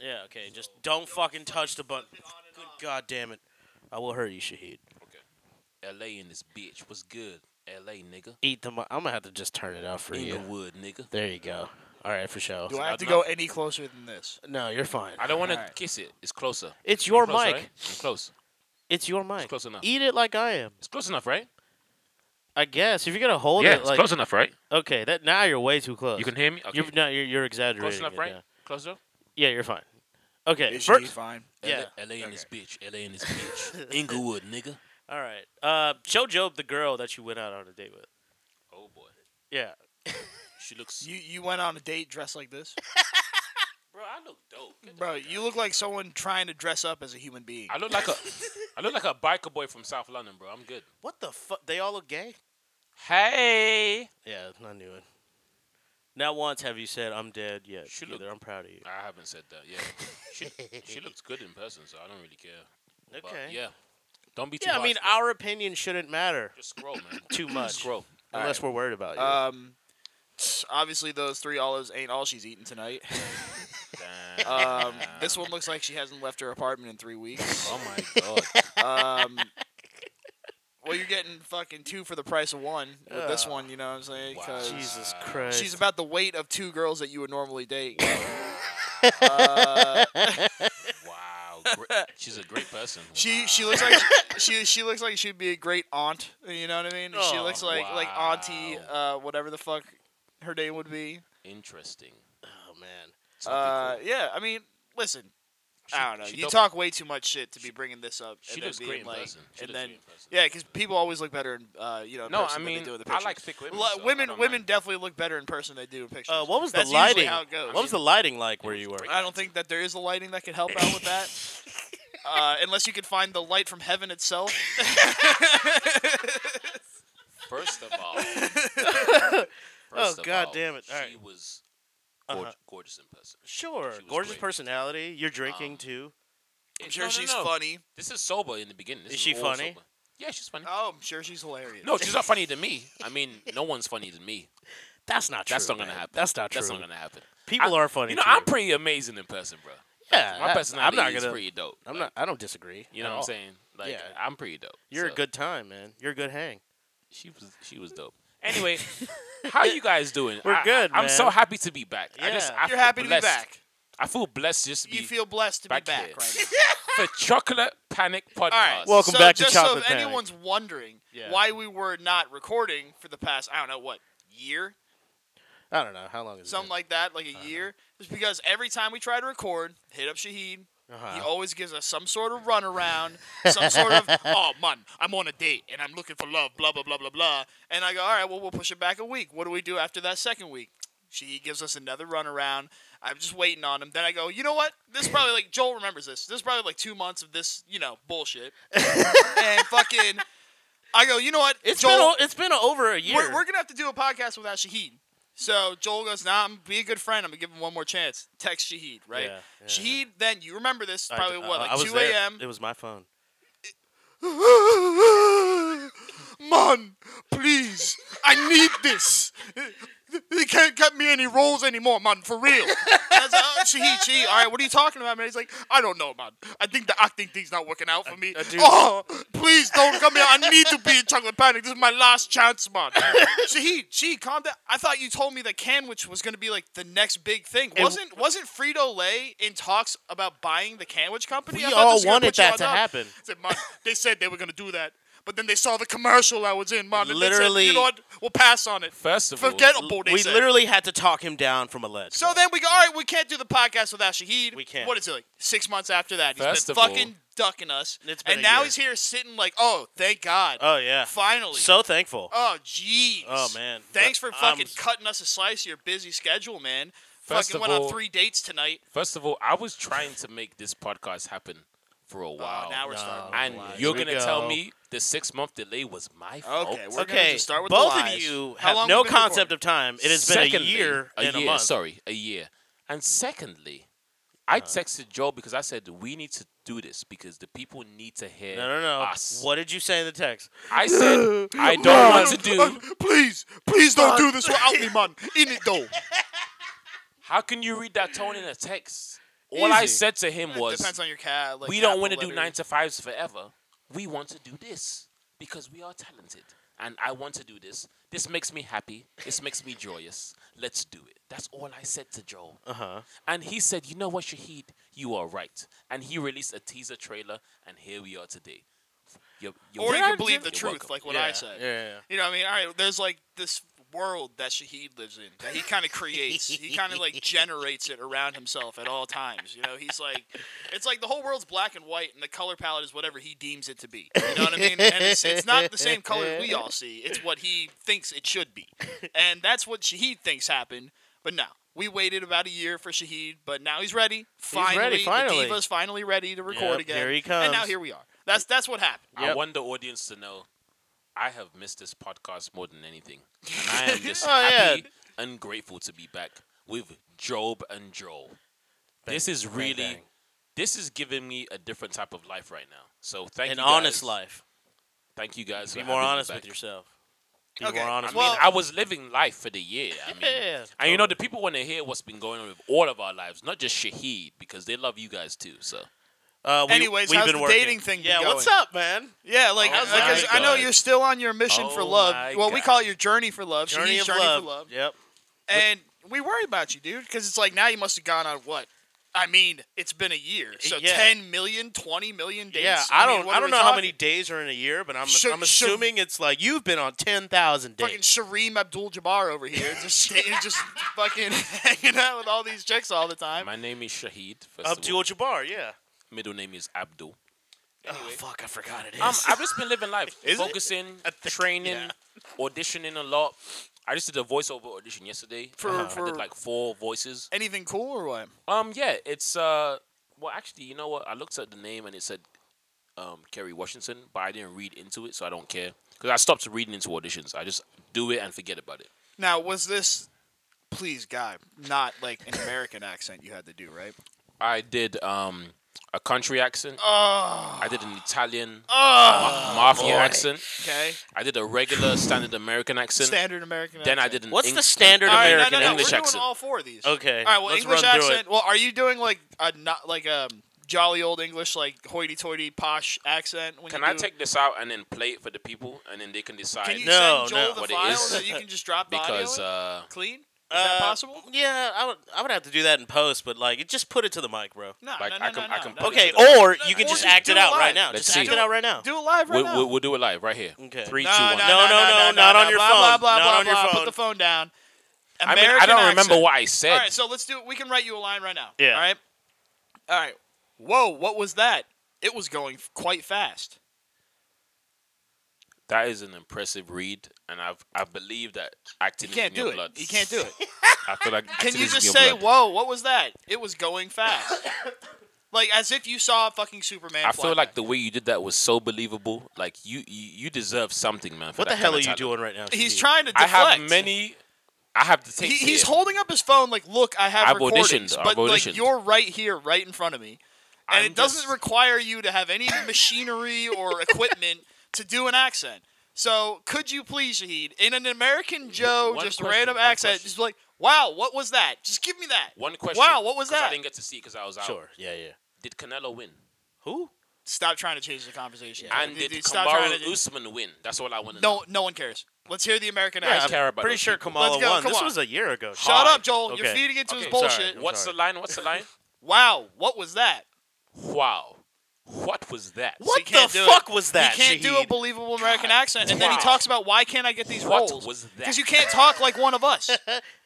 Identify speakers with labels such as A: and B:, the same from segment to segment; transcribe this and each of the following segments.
A: Yeah, okay. Just don't fucking touch the button. Good god damn it. I will hurt you, Shahid.
B: LA in this bitch. What's good? LA, nigga.
A: Eat the mi- I'm gonna have to just turn it up for you.
B: Inglewood, nigga.
A: There you go. All right, for show.
C: Do I have to
B: I'm
C: go any closer than this?
A: No, you're fine.
B: I don't want to
C: Alright.
B: kiss it. It's closer.
A: It's your
B: I'm close,
A: mic.
B: right? I'm close.
A: It's your mic.
B: close enough.
A: Eat it like I am.
B: It's close enough, right?
A: I guess if you're gonna hold
B: yeah,
A: it
B: it's
A: like
B: close enough, right?
A: okay, that now you're way too close.
B: You can hear me. Okay.
A: You're no, you're, you're exaggerating.
B: close enough,
A: it,
B: right?
A: Yeah.
B: Close enough.
A: Yeah, you're fine. Okay,
C: Is she
A: first,
C: fine?
A: yeah.
B: LA, LA in this bitch. LA in this bitch. Inglewood, nigga.
A: All right. Uh, show Job the girl that you went out on a date with.
B: Oh boy,
A: Yeah,
B: she looks.
C: You you went on a date dressed like this,
B: Bro, I look dope. Get the
C: bro.
B: fuck out.
C: You look like someone trying to dress up as a human being.
B: I look like a. I look like a biker boy from South London, bro. I'm good.
A: What the fuck? They all look gay?
B: Hey.
A: Yeah, I knew it. Not once have you said I'm dead yet.
B: She
A: either.
B: look-
A: I'm proud of you.
B: I haven't said that yet. she she looks good in person, so I don't really care. But
A: Okay.
B: yeah. Don't be too.
A: Yeah, I
B: harsh,
A: mean,
B: bro.
A: our opinion shouldn't matter
B: just scroll, man.
A: too much.
B: scroll.
A: Unless we're worried about you.
B: Uh,
C: Um, obviously those three olives ain't all she's eating tonight.
B: Damn.
C: Um, this one looks like she hasn't left her apartment in three weeks.
B: Oh my god.
C: Um, well, you're getting fucking two for the price of one with this
A: Ugh.
C: one. You know what I'm saying?
B: Wow.
C: 'Cause
A: Jesus
B: uh,
A: Christ.
C: she's about the weight of two girls that you would normally date. uh,
B: Wow. Gre- She's a great person.
C: she
B: Wow.
C: she looks like she she looks like she'd be a great aunt. You know what I mean? she
A: Oh,
C: looks like like
B: wow.
C: auntie, uh, whatever the fuck her name would be.
B: interesting.
A: oh man.
B: Something
C: Uh,
B: cool.
C: yeah, I mean, listen,
B: She-
C: I don't know.
B: she
C: You
B: dope-
C: talk way too much shit to be bringing this up.
B: She
C: and then
B: looks
C: being
B: great in
C: like,
B: person. She
C: and
B: looks
C: then
B: great in person.
C: yeah, because people always look better in uh, you know.
B: No, I
C: person than they
B: mean,
C: do in the
B: I
C: pictures.
B: like thick women.
C: Lo-
B: so I
C: women.
B: don't
C: Women
B: mind.
C: definitely look better in person than they do in pictures.
A: Uh, what was the
C: That's usually
A: lighting?
C: how it goes.
A: What was the lighting like where you were?
C: I don't think that there is a lighting that could help out with that, uh, unless you could find the light from heaven itself.
B: First of all.
A: Oh,
B: first of
A: God
B: all,
A: damn it.
B: She
A: Alright.
B: was
A: Uh-huh.
B: gorgeous, gorgeous in person.
A: Sure.
B: She was
A: Gorgeous
B: great. Um,
A: personality. You're drinking too.
C: I'm sure
B: No, no,
C: she's
B: no.
C: funny.
B: This is sober in the beginning. This
A: Is she
B: all
A: funny?
B: sober. Yeah, she's funny.
C: Oh, I'm sure she's hilarious.
B: No, she's not funny to me. I mean, no one's funny to me.
A: That's not true.
B: That's not gonna
A: man.
B: happen.
A: That's not true.
B: That's not gonna happen.
A: People
B: I-
A: are funny.
B: You know,
A: too.
B: I'm pretty amazing in person, bro.
A: Yeah,
C: Uh-huh.
B: My
A: I-
B: personality
A: I'm not
B: is
A: gonna-
B: pretty dope.
A: I'm
B: Like,
A: not. I don't disagree.
B: You know
A: at
B: what I'm
A: all.
B: saying? Like,
A: Yeah.
B: I'm pretty dope.
A: You're
B: so.
A: a good time, man. You're a good hang.
B: She was she was dope. Anyway, how you guys doing?
A: We're
B: I-
A: good,
B: I, am so
A: man.
B: happy to be back. I just
A: Yeah.
B: I
C: You're
B: feel
C: happy to be
B: blessed.
C: back.
B: I feel blessed just to be
C: You feel blessed to
B: back
C: be back
B: here.
C: right now.
B: for Chocolate Panic Podcast.
C: All right.
A: Welcome
C: so
A: back to
C: just
A: Chocolate
C: So if
A: Panic.
C: anyone's wondering
A: Yeah.
C: why we were not recording for the past, I don't know what year,
A: I don't know how long is
C: something like that, like a year, is because every time we try to record, hit up Shahid. He
A: Uh-huh.
C: always gives us some sort of runaround, some sort of oh man, I'm on a date and I'm looking for love, blah blah blah blah blah. And I go, all right, well we'll push it back a week. What do we do after that second week? She gives us another runaround. I'm just waiting on him. Then I go, you know what? This is probably like Joel remembers this. This is probably like two months of this, you know, bullshit. and fucking, I go, you know what?
A: It's been
C: Joel,
A: o- it's been over a year.
C: we're, we're gonna have to do a podcast without Shahid. So Joel goes, "Nah, I'm be a good friend. I'm gonna give him one more chance." Text Shahid, right?
A: Yeah, yeah.
C: Shahid, then you remember this?
A: I-
C: Probably
A: I-
C: what,
A: I
C: like
A: was
C: two
A: there.
C: a.m.
A: It was my phone.
C: Man, please, I need this. They can't get me any roles anymore, man, for real. And I was like, oh, Shahid, Shahid, all right, what are you talking about, man? He's like, I don't know, man. I think the acting thing's not working out for me.
A: I do-
C: oh, please don't come here. I need to be in Chocolate Panic. This is my last chance, man. Shahid, Shahid, calm down. I thought you told me that Canwich was going to be like the next big thing. Wasn't wasn't Frito Lay in talks about buying the Canwich company?
A: We
C: I thought this
A: all
C: was gonna
A: wanted
C: put you
A: that
C: on
A: to
C: top.
A: happen.
C: I said, "Man, they said they were gonna do that, but then they saw the commercial I was in, man. and they said,
A: Literally-
C: you know what? We'll pass on it.
B: First of all,
C: Forgettable. They
A: we
C: said.
A: literally had to talk him down from a ledge.
C: So then we go. All right, we can't do the podcast without Shahid.
A: We can't.
C: What is it like? Six months after that, he's
B: First
C: been
B: of all-
C: fucking ducking us,
A: It's been
C: and
A: a
C: now
A: year.
C: he's here sitting like, oh, thank God,
A: oh yeah,
C: finally.
A: so thankful.
C: Oh jeez.
A: Oh, man.
C: Thanks for
A: But
C: fucking
A: I'm-
C: cutting us a slice of your busy schedule, man.
B: First of
C: fucking went
B: all-
C: on three dates tonight.
B: First of all, I was trying to make this podcast happen for a while.
C: Oh, now we're
A: No.
C: starting.
B: and
C: to lie.
B: you're
A: Here we
B: gonna tell
A: go.
B: me the six month delay was my fault.
C: okay. We're gonna
A: okay,
C: just start with the
A: both
C: lies.
A: of you
C: How
A: have
C: long
A: no
C: we been recording?
A: concept of time. It has
B: Secondly-
A: been a year
B: a
A: and
B: year,
A: a month. Uh.
B: Sorry, a year. And secondly, I texted Joel because I said we need to do this because the people need to hear
A: No, no, no.
B: us.
A: What did you say in the text?
B: I said I don't
C: Man,
B: want to do.
C: uh, please, please don't do this without me, man. In it though.
B: How can you read that tone in a text? All I
C: Easy.
B: said to him
C: It
B: was,
C: depends on your cat. Like
B: we don't want to
C: capital
B: do
C: letter.
B: nine to fives forever. We want to do this because we are talented, and I want to do this. This makes me happy. This makes me joyous. Let's do it. That's all I said to Joel,
A: Uh huh.
B: and he said, "You know what, Shahid? You are right." And he released a teaser trailer, and here we are today. You're, you're
C: Or you
B: welcome.
C: can believe the
B: You're
C: truth,
B: welcome.
C: like what
A: yeah,
C: I said.
A: Yeah, yeah, yeah.
C: You know what I mean? All right, there's like this world that Shahid lives in that he kind of creates. he kind of like generates it around himself at all times. You know, he's like, it's like the whole world's black and white, and the color palette is whatever he deems it to be. You know what I mean? And it's, it's not the same color we all see. It's what he thinks it should be, and that's what Shahid thinks happened. But no. We waited about a year for Shahid, but now he's ready. Finally,
A: ready, finally.
C: the diva's finally ready to
A: Yep,
C: record again.
A: here he
C: And now
A: comes.
C: here we are. That's that's what happened.
B: I
A: Yep.
B: want the audience to know I have missed this podcast more than anything. And I am just
A: Oh,
B: happy and grateful to be back with Job and Joel. this is really
A: bang.
B: this is giving me a different type of life right now. So thank
A: An
B: you
A: honest
B: guys.
A: life.
B: Thank you guys.
A: Be
B: for
A: more
B: having me
A: honest
B: back.
A: with yourself. Be
C: Okay,
A: more honest.
B: I
C: Well-
B: mean, I was living life for the year. I mean,
A: with yourself.
B: and you know, the people want to hear what's been going on with all of our lives, not just Shahid, because they love you guys too. So
A: Uh, we,
C: Anyways,
A: we've
C: how's
A: been
C: the
A: working.
C: dating thing been
A: Yeah, what's
C: going?
A: up, man?
C: Yeah, like,
B: Oh
A: my
C: because I know
B: God.
C: you're still on your mission for
B: Oh
C: love.
B: my
C: Well, we
B: God.
C: call it your journey for love.
A: Journey
C: Journey,
A: of
C: journey
A: love.
C: for love.
A: Yep.
C: And we worry about you, dude, because it's like now you must have gone on what? I mean, it's been a year. So
A: Yeah.
C: 10 million, 20 million dates?
A: Yeah, I
C: mean,
A: don't.
C: what
A: I
C: are
A: don't
C: we
A: know how
C: talking?
A: many days are in a year, but I'm.
C: Sh-
A: I'm
C: sh-
A: assuming it's like you've been on ten thousand
C: Fucking
A: dates.
C: Shareem Abdul-Jabbar over here, just just fucking hanging out with all these chicks all the time.
B: my name is Shahid. First of all.
A: Um, Abdul Jabbar, yeah.
B: Middle name is Abdul.
A: Oh fuck, I forgot it is.
B: Um, I've just been living life,
A: Is it?
B: focusing, training, auditioning a lot. I just did a voiceover audition yesterday. Uh-huh.
C: For-
B: I
C: for-
B: did like four voices.
C: Anything cool or what?
B: Um, yeah, it's uh, well, actually, you know what? I looked at the name and it said, um, Kerry Washington, but I didn't read into it, so I don't care because I stopped reading into auditions. I just do it and forget about it.
C: Now, was this, please, God, not like an American accent you had to do, right?
B: I did um a country accent.
C: Oh,
B: I did an Italian
C: oh,
B: mafia
A: boy.
B: accent.
C: okay.
B: I did a regular standard American accent.
C: Standard American.
B: then I
C: accent.
B: did an
A: What's
B: Eng-
A: the standard
C: All right,
A: American
C: no, no, no,
B: English
C: we're doing
B: accent?
C: all four of these.
A: Okay.
C: All right. Well,
A: let's
C: English
A: run through
C: accent. Well, are you doing like a not like a jolly old English, like hoity-toity posh accent? When
B: Can
C: you
B: I
C: do-
B: take this out and then play it for the people, and then they can decide
C: Can you
A: No,
C: send Joel
A: no.
C: the
B: What it
C: file
B: is.
C: that you can just drop the
B: because
C: audio in?
B: uh,
C: clean? Is
A: it. Uh,
C: that possible?
A: Yeah, I would. I would have to do that in post, but like, it- just put it to the mic, bro.
C: No,
B: like,
C: no, no,
B: I can-
C: no,
B: I
C: no,
B: can oh!
C: no.
B: put it
A: Okay,
B: to the-
A: or you
C: Or
A: can just
C: just
A: act
C: do
A: it
C: it
A: out right
C: live.
A: now.
B: Let's
A: Just
B: see.
A: act it out right now.
C: Do it live right
B: we'll,
C: now.
B: we'll, we'll do it live right here.
A: Okay.
B: Three, two,
C: no,
B: one.
C: no,
A: No, no, no, not on your
C: blah,
A: phone.
C: Blah blah
A: Not
C: blah
A: on your
C: blah. Put
A: phone.
C: the phone down.
B: I mean,
C: American
B: I don't remember
C: accent.
B: what I said.
C: All right, so let's do. We can write you a line right now.
A: Yeah.
C: All right. All right. Whoa! What was that? It was going f- quite fast.
B: That is an impressive read, and I've I believe that acting
C: You can't
B: is in your
C: do it.
B: blood.
C: You can't do it.
B: I feel like
C: Can
B: acting
C: you
B: is
C: just
B: in your
C: say,
B: blood.
C: "Whoa! What was that? It was going fast." like as if you saw fucking Superman.
B: I
C: fly
B: feel like the
C: by.
B: way you did that was so believable. Like you, you, you deserve something, man. For
A: What
B: that
A: the hell
B: kind
A: are
B: of
A: you doing
B: talent.
A: right now?
C: he's
A: Shahid?
C: trying to.
B: I
C: Deflect.
B: have many. I have to
C: He,
B: take.
C: he's holding up his phone like, "Look, I have
B: I've
C: recordings,
B: auditioned.
C: but
B: I've
C: like
B: auditioned.
C: you're right here, right in front of me." and it doesn't require you to have any machinery or equipment to do an accent. So, could you please, Shahid, in an American Joe,
B: one
C: just
B: question,
C: random
B: one
C: accent,
B: question.
C: just be like, wow, what was that? Just give me that.
B: One question.
C: Wow, what was
B: 'cause
C: that?
B: I didn't get to see because I was out.
A: Sure. Yeah, yeah.
B: Did Canelo win?
A: Who?
C: Stop trying to change the conversation.
B: And
C: Dude,
B: did
C: dude, stop trying
B: Kamaru
C: to-
B: Usman win? That's all I want to know.
C: No, no one cares. Let's hear the American
B: I
C: accent.
B: care about
A: Pretty
B: those
A: sure
B: people.
A: Kamala
C: Let's go,
A: won.
C: come
A: This
C: on.
A: was a year ago.
C: Shut
B: Alright.
C: up, Joel. You're
A: Okay.
C: feeding into his
B: Okay,
C: bullshit.
A: sorry.
B: What's the line? What's the line?
C: Wow, what was that?
B: Wow. What was that?
A: What
C: he can't
A: the
C: do it.
A: fuck was that?
C: He can't do a
A: Shahid?
C: believable American accent, and then he
B: Wow.
C: talks about why can't I get these
B: What
C: roles?
B: was that?
C: Because you can't talk like one of us.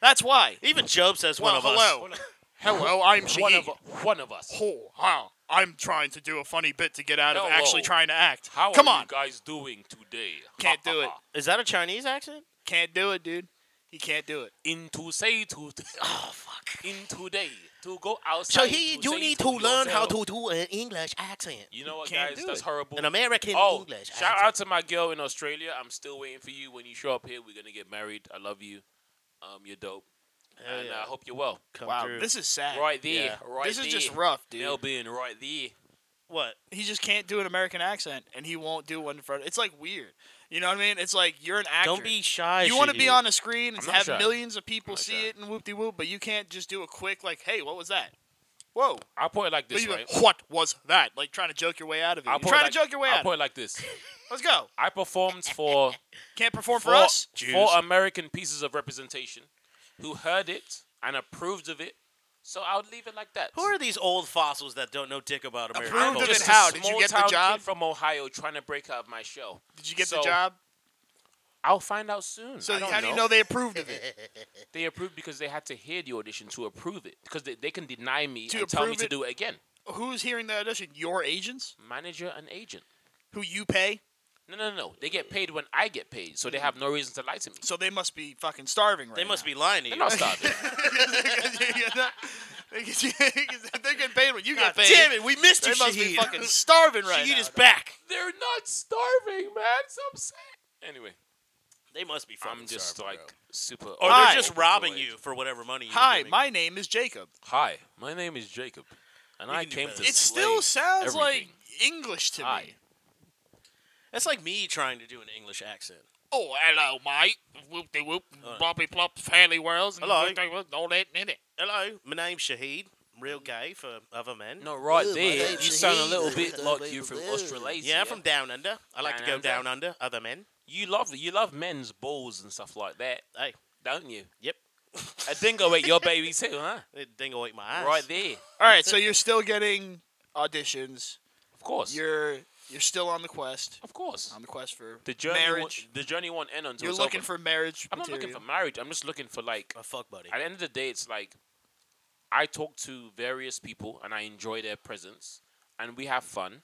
C: That's why.
A: Even Job says
C: Well,
A: one of
C: hello.
A: us.
C: Hello, I'm
B: One of one of us.
C: Oh, wow. I'm trying to do a funny bit to get out of
B: Hello.
C: actually trying to act.
B: How
C: Come
B: are
C: on.
B: you guys doing today?
C: Can't do it.
A: Is that a Chinese accent?
C: Can't do it, dude. He can't do it.
B: Into say to
A: Oh fuck.
B: in today to go outside.
A: So he,
B: to
A: you
B: say
A: need to learn how
B: yourself.
A: to do an English accent,
B: You know what,
C: Can't
B: guys?
C: do
B: That's
C: it.
B: horrible.
A: an American
B: oh,
A: English.
B: shout
A: accent.
B: out to my girl in Australia. I'm still waiting for you. When you show up here, we're gonna get married. I love you. Um, you're dope,
A: Hell
B: and
A: yeah.
B: I hope you're well.
A: Come
C: wow,
A: through.
C: this is sad.
B: Right there,
A: Yeah.
B: right
C: this
B: there.
C: is just rough, dude.
B: Melbourne, right there.
A: what?
C: He just can't do an American accent, and he won't do one in front. It's like weird. You know what I mean? It's like you're an actor.
A: Don't be shy.
C: You want to be
A: Shahid.
C: on a screen and
B: I'm not
C: have
B: shy.
C: millions of people
B: not
C: see
B: shy.
C: it and whoop de whoop, but you can't just do a quick like, "Hey, what was that?" Whoa.
B: I'll put it like
C: But
B: this,
C: you go,
B: right?
C: what was that? Like trying to joke your way out of it.
B: I'll
C: You're
B: put it
C: trying
B: like-
C: to joke your way
B: I'll
C: out. of
B: put
C: it.
B: it like this.
C: Let's go.
B: I performed for
C: Can't perform for
B: four,
C: us.
B: four
A: Jews.
B: American pieces of representation who heard it and approved of it. So I'll leave it like that.
A: Who are these old fossils that don't know dick about American
C: Approved
B: I'm
C: of
A: culture?
C: it
B: just a
C: how? Did you
B: small
C: get the
B: town kid
C: job?
B: from Ohio trying to break out of my shell?
C: Did you get
B: So-
C: the job?
B: I'll find out soon.
C: So
B: I don't
C: how
B: know.
C: do you know they approved of it?
B: They approved because they had to hear the audition to approve it. Because they, they can deny me
C: To
B: and tell me
C: approve
B: to
C: it?
B: do it again.
C: Who's hearing the audition? Your agents?
B: Manager and agent.
C: Who you pay?
B: No, no, no. They get paid when I get paid, so they have no reason to lie to me.
C: So they must be fucking starving right
A: They must be lying to you.
B: They're not starving.
C: They're getting paid when you
A: God
C: get paid.
A: damn it, we missed
C: They
A: you,
C: must be
A: Shahid.
C: fucking starving right
A: Shahid
C: now.
A: is back.
B: They're not starving, man. So I'm saying. Anyway,
A: They must be fucking
B: I'm just
A: starving,
B: like super.
A: bro. Or
C: Hi.
A: they're just robbing you for whatever money you
C: Hi,
A: giving.
C: my name is Jacob.
B: Hi, my name is Jacob, and
A: We
B: I
A: can do
B: came
A: better.
B: to.
C: It
A: It's
B: slay
C: still sounds like
B: everything.
C: English to
B: Hi.
C: me.
A: That's like me trying to do an English accent.
C: Oh, hello, mate. Whoop de whoop.
A: Alright.
C: Boppy plop, fairly whirls. and
A: Hello.
C: whoop de whoop, All that in it.
A: Hello, my name's Shahid. Real
B: Mm.
A: gay for other men.
B: No, right
D: Yeah, my
B: there,
D: name's
B: you sound a
D: Shahid.
B: little bit
D: Don't
B: like
D: make
B: you
D: me
B: from
D: blue.
B: Australasia.
A: yeah, I'm from down under. I like to go
B: Down
A: down under other men.
B: You love you love men's balls and stuff like that,
A: Hey,
B: don't you?
A: yep.
B: A dingo ate your baby too, huh?
A: That Dingo ate my eyes.
B: Right there,
C: All right, so you're still getting auditions.
B: of course.
C: You're you're still on the quest.
B: of course.
C: On the quest for
B: The journey,
C: marriage.
B: Won't, the journey won't end until
C: You're
B: it's
C: looking
B: over.
C: for marriage.
B: I'm not
C: material.
B: looking for marriage. I'm just looking for like.
A: Oh, fuck, buddy.
B: At the end of the day, it's like I talk to various people and I enjoy their presence and we have fun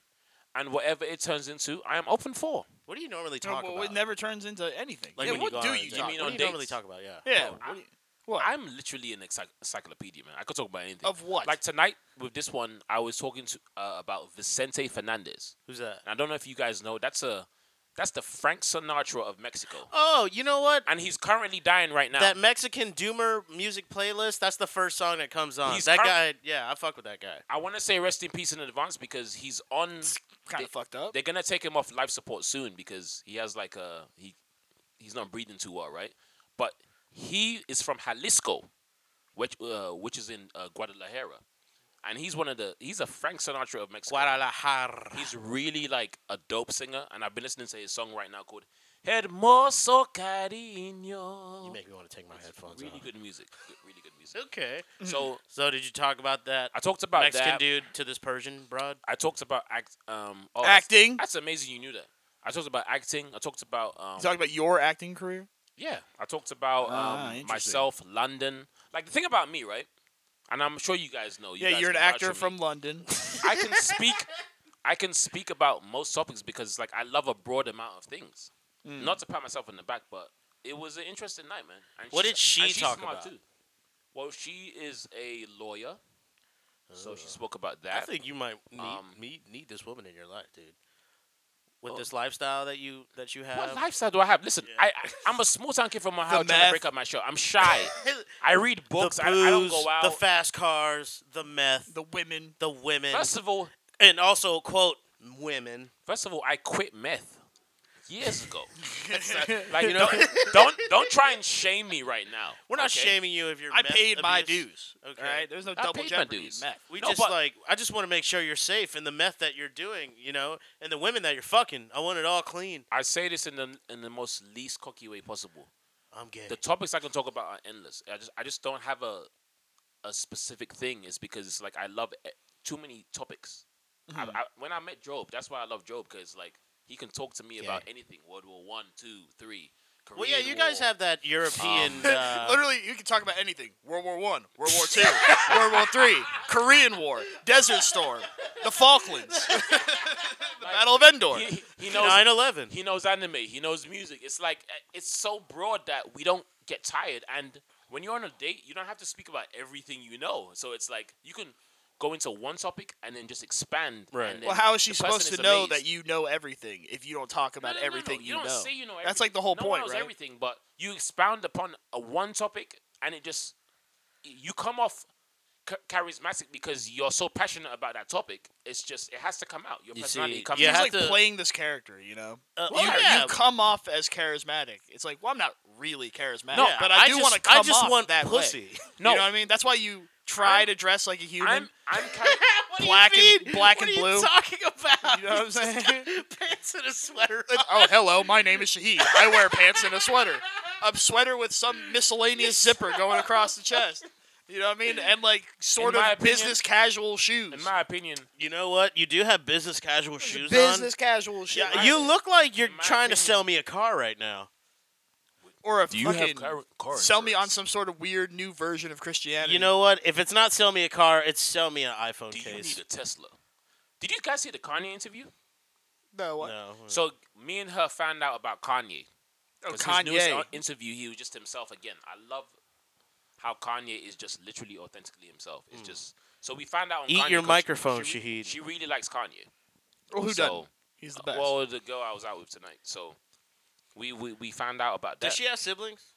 B: and whatever it turns into, I am open for.
A: What do you normally
C: No,
A: talk
C: well,
A: about?
C: It never turns into anything.
A: like
C: yeah,
A: when
C: what
A: you go
C: do
A: out on
C: you
A: a date.
C: talk?
B: mean
A: what
B: on
A: do you normally
B: dates?
A: talk about? Yeah.
C: Yeah.
B: Bro,
C: what
B: I-
C: do you- what?
B: I'm literally an encycl- encyclopedia, man. I could talk about anything.
C: Of what?
B: Like tonight with this one, I was talking to uh, about Vicente Fernandez.
A: Who's that?
B: And I don't know if you guys know, that's a that's the Frank Sinatra of Mexico.
A: Oh, you know what?
B: And he's currently dying right now.
A: That Mexican Doomer music playlist, that's the first song that comes on.
B: He's
A: that
B: cur-
A: guy, yeah, I fuck with that guy.
B: I want to say rest in peace in advance because he's on
C: kind
B: they-
C: of fucked up.
B: they're gonna take him off life support soon because he has like a he he's not breathing too well, right? But he is from Jalisco, which uh, which is in uh, Guadalajara, and he's one of the he's a Frank Sinatra of Mexico.
A: Guadalajara.
B: He's really like a dope singer, and I've been listening to his song right now called "Hermoso Cariño."
A: You make me want to take my headphones
B: Oh, really
A: off.
B: good music, good- really good music.
A: Okay.
B: So
A: So did you talk about that
B: I talked about
A: Mexican
B: that.
A: dude to this Persian broad?
B: I talked about act um oh, that's-
C: acting.
B: That's amazing. You knew that. I talked about acting. I talked about um,
C: You talking about your acting career?
B: Yeah, I talked about um,
C: Ah, interesting.
B: myself, London. Like the thing about me, right? And I'm sure you guys know. You
C: yeah,
B: guys
C: you're an
B: can vouch
C: actor
B: for me.
C: from London.
B: I can speak. I can speak about most topics because, like, I love a broad amount of things.
C: Mm. Hmm.
B: Not to pat myself on the back, but it was an interesting night, man. And
A: What
B: she's-
A: did she
B: and she's
A: talk
B: smart
A: about?
B: Too. Well, she is a lawyer, so she spoke about that.
A: I think you might need,
B: Um,
A: need, need this woman in your life, dude. With
B: Well-
A: this lifestyle that you that you have.
B: what lifestyle do I have? Listen,
A: Um, Yeah.
B: I I I'm a small town kid from Ohio trying
C: meth.
B: to break up my show. I'm shy. I read
A: the
B: books.
A: booze,
B: I, I don't go out.
A: the fast cars, the meth,
C: the women.
A: the women,
B: First of all,
A: and also quote women.
B: First of all, I quit meth years ago. like you know, don't don't try and shame me right now.
A: We're not
B: okay?
A: shaming you if you're.
C: I
A: meth
C: paid my
A: abuse.
C: dues.
A: Okay.
C: All right, there's no
B: I
C: double
B: paid my
C: jeopardy. in
B: dues.
C: meth.
A: We
B: No,
A: just
B: but-
A: like I just want to make sure you're safe and the meth that you're doing, you know, and the women that you're fucking. I want it all clean.
B: I say this in the in the most least cocky way possible.
A: I'm gay.
B: The topics I can talk about are endless. I just I just don't have a a specific thing. It's because it's like I love e- too many topics. I, I, when I met Job, that's why I love Job because like he can talk to me about anything. World War One, Two, Three. Korean
A: well, yeah, you guys
B: War.
A: have that European. uh,
C: Literally, you can talk about anything. World War One, World War Two, World War Three, Korean War, Desert Storm, the Falklands, the Battle of Endor.
B: He, he- he knows
A: 9/11.
B: He knows anime. He knows music. It's like uh, it's so broad that we don't get tired. And when you're on a date, you don't have to speak about everything you know. So it's like you can go into one topic and then just expand.
A: Right.
B: And then
C: Well, how is she
B: the person
C: supposed
B: is
C: to know
B: amazed.
C: that you know everything if you don't talk
B: No,
C: about
B: no, no, no,
C: everything
B: You don't
C: know?
B: say you know. Everything.
C: That's like the whole
B: no one
C: point,
B: knows
C: right?
B: Everything, but you expound upon a one topic and it just you come off. cha- Charismatic because you're so passionate about that topic. It's just it has to come out. Your
A: You
B: personality
A: see,
B: comes
A: you
B: out.
A: have
C: He's like
A: to-
C: playing this character, you know.
A: uh,
C: you,
A: yeah,
C: you come off as charismatic. It's like, well, I'm not really charismatic.
A: No,
C: but I, do
A: just,
C: want to come
A: I just
C: off
A: want
C: that way.
A: pussy.
B: No.
C: You know what I mean? That's why you try
B: I'm-
C: to dress like a human.
B: I'm I'm kind of,
A: What do you
C: Black and-
A: mean?
C: black
A: What
C: and
A: are
C: blue.
A: you talking about?
C: You know what I'm
A: He's just
C: saying?
A: got Pants and a sweater. on.
C: oh, hello, my name is Shahid. I wear pants and a sweater. A sweater with some miscellaneous zipper going across the chest. You know what I mean? And like sort
B: In
C: of
B: my opinion-
C: business casual shoes.
B: in my opinion,
A: You know what? You do have business casual shoes
C: business casual shoes.
A: on. Yeah, you look like you're
B: In my
A: trying to
B: opinion-
A: sell me a car right now.
C: or a
B: do you have
C: fucking
B: car, car
C: sell me on
B: insurance?
C: some sort of weird new version of Christianity.
A: You know what? If it's not sell me a car, it's sell me an iPhone
B: Do you
A: case.
B: need a Tesla? Did you guys see the Kanye interview?
C: no, what?
A: No.
B: So me and her found out about Kanye.
C: Oh,
B: 'Cause his newest
C: Kanye.
B: out- interview, he was just himself again. I love how Kanye is just literally authentically himself. It's just so we found out. On
A: Hmm. Eat
B: Kanye
A: your
B: 'cause she-
A: microphone,
B: she, re-
A: Shahid.
B: She really likes Kanye.
C: Well, who
B: so, uh,
C: doesn't? He's the best.
B: Well, the girl I was out with tonight. So we we, we found out about that.
A: Does she have siblings?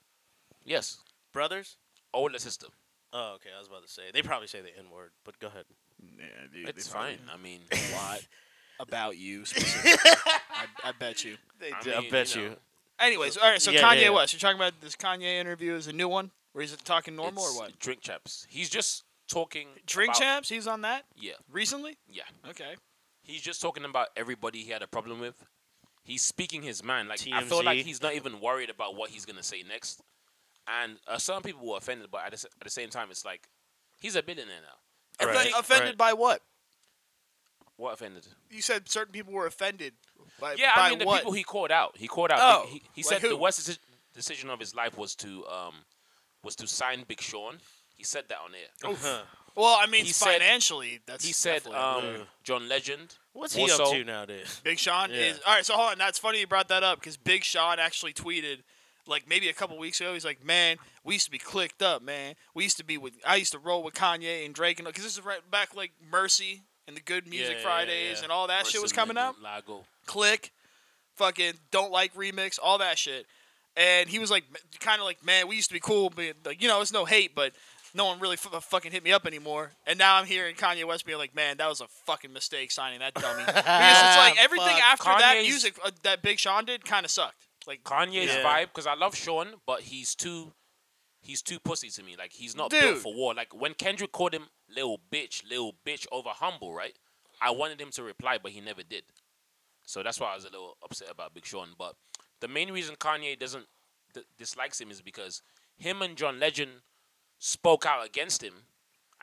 B: yes,
A: Brothers?
B: older sister.
A: Oh, okay. I was about to say they probably say the N word, but go ahead.
C: yeah, dude,
B: It's
C: they
B: fine.
C: probably-
B: I mean,
C: lot about you. specifically. I, I bet you.
A: They
B: I
A: do. I
B: mean,
A: bet
B: you
A: you.
B: know.
C: Anyways, all right. So
A: Yeah,
C: Kanye
A: yeah, yeah.
C: West, you're talking about this Kanye interview is a new one where he's talking normal
B: it's
C: or what?
B: Drink chaps. He's just talking.
C: Drink
B: about-
C: champs. He's on that
B: Yeah,
C: recently.
B: yeah.
C: Okay.
B: He's just talking about everybody he had a problem with. He's speaking his mind. Like I feel
A: TMZ.
B: like he's not even worried about what he's gonna say next. And uh, some people were offended, but at the, s- at the same time, it's like he's a billionaire now.
A: Right.
B: Everything-
C: offended
A: right.
C: by what?
B: What offended?
C: You said certain people were offended. By,
B: Yeah,
C: by
B: I mean the
C: what?
B: people he called out. He called out.
C: Oh,
B: he he, he
C: like
B: said
C: who?
B: the worst deci- decision of his life was to um was to sign Big Sean. He said that on air.
A: Huh.
C: well, I mean
B: He said-
C: financially. Oh, that's
B: he said
C: definitely a
B: um,
A: Ugh.
B: John Legend.
A: What's he up
B: Also-
A: to nowadays?
C: Big Sean
A: Yeah.
C: is all right. So hold on, that's funny you brought that up because Big Sean actually tweeted like maybe a couple weeks ago. He's like, "Man, we used to be clicked up, man. We used to be with I used to roll with Kanye and Drake and because this is right back like Mercy and the Good Music
A: Yeah, yeah,
C: Fridays
A: yeah.
C: and all that shit was coming out.
B: Lago.
C: Click, fucking don't like remix, all that shit. And he was like, kind of like, man, we used to be cool, but like, you know, it's no hate, but no one really f- fucking hit me up anymore. And now I'm hearing Kanye West being like, man, that was a fucking mistake signing that dummy. because it's like everything
A: Fuck.
C: after that
B: Uh, Kanye's-
C: music uh, that Big Sean did kind of sucked. Like,
B: Kanye's
A: Yeah.
B: vibe because I love Sean, but he's too he's too pussy to me. Like he's not built
C: Dude.
B: for war. Like when Kendrick called him little bitch, little bitch over humble, right? I wanted him to reply, but he never did. So that's why I was a little upset about Big Sean. But the main reason Kanye doesn't d- dislikes him is because him and John Legend spoke out against him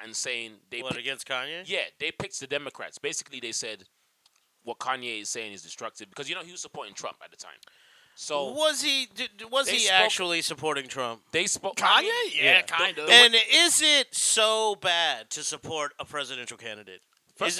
B: and saying they
A: What
B: pick-
A: against Kanye?
B: yeah, they picked the Democrats. Basically, they said what Kanye is saying is destructive because you know he was supporting Trump at the time. So
A: Was he? d- d- Was
B: They
A: he
B: spoke-
A: actually supporting Trump?
B: they spoke.
C: Kanye?
B: Kanye?
C: Yeah,
A: Yeah.
C: kind of.
A: And is it so bad to support a presidential candidate?
B: First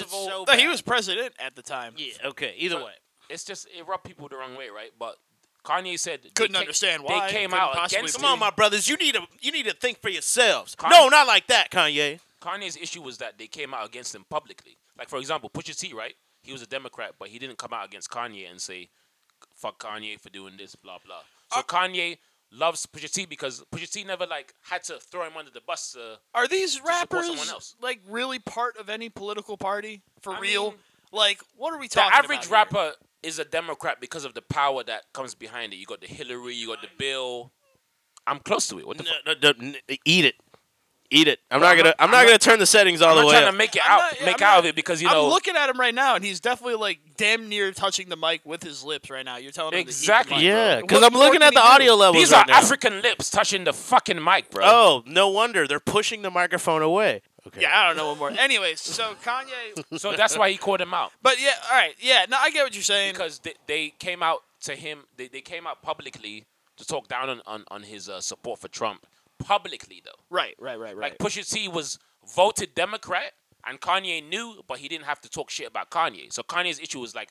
A: is
B: of
A: it
B: all-
A: so
C: No,
A: bad?
C: he was president at the time.
A: Yeah. Okay. Either
B: But-
A: way.
B: It's just it rubbed people the wrong way, right? But Kanye said they
C: Couldn't
B: ca-
C: understand why.
B: they came
C: Couldn't
B: out
C: possibly
B: against
A: Come on,
B: him.
A: my brothers. You need to you need to think for yourselves.
B: Kanye-
A: no, not like that, Kanye.
B: Kanye's issue was that they came out against him publicly. Like for example, Pusha T, right? He was a Democrat, but he didn't come out against Kanye and say fuck Kanye for doing this, blah blah.
C: Uh,
B: So Kanye loves Pusha T because Pusha T never like had to throw him under the bus. To,
C: Are these
B: support
C: rappers
B: someone else.
C: like really part of any political party for
B: I
C: real?
B: mean,
C: like, what are we
B: the
C: talking about?
B: average
C: here?
B: rapper is a Democrat because of the power that comes behind it. You got the Hillary, you got the Bill. I'm close to it. What the fuck?
A: No, no, no, n- eat it, eat it. I'm
B: I'm
A: not gonna
B: not-
A: I'm
B: I'm
A: not gonna turn the settings all
B: I'm
A: the
B: not
A: way
B: trying
A: up.
B: to make it
C: I'm
B: out,
C: not- yeah,
B: make
C: I'm
B: out
C: not-
B: of it because you know
C: I'm looking at him right now, and he's definitely like damn near touching the mic with his lips right now. You're telling him
B: Exactly.
C: To eat the mic, bro.
A: yeah,
C: What
A: because I'm
C: more
A: looking
C: can
A: at
C: he
A: the
C: do?
A: audio levels
B: These
A: right
B: are
A: now.
B: African lips touching the fucking mic, bro.
A: oh, no wonder they're pushing the microphone away. Okay.
C: Yeah, I don't know what more. Anyways, so Kanye,
B: So that's why he called him out
C: but yeah, all right, yeah. No, I get what you're saying.
B: because they, they came out to him. They, they came out publicly to talk down on on, on his uh, support for Trump publicly though.
C: right, right, right,
B: Like
C: right.
B: Pusha T was voted Democrat and Kanye knew, but he didn't have to talk shit about Kanye. So Kanye's issue was like,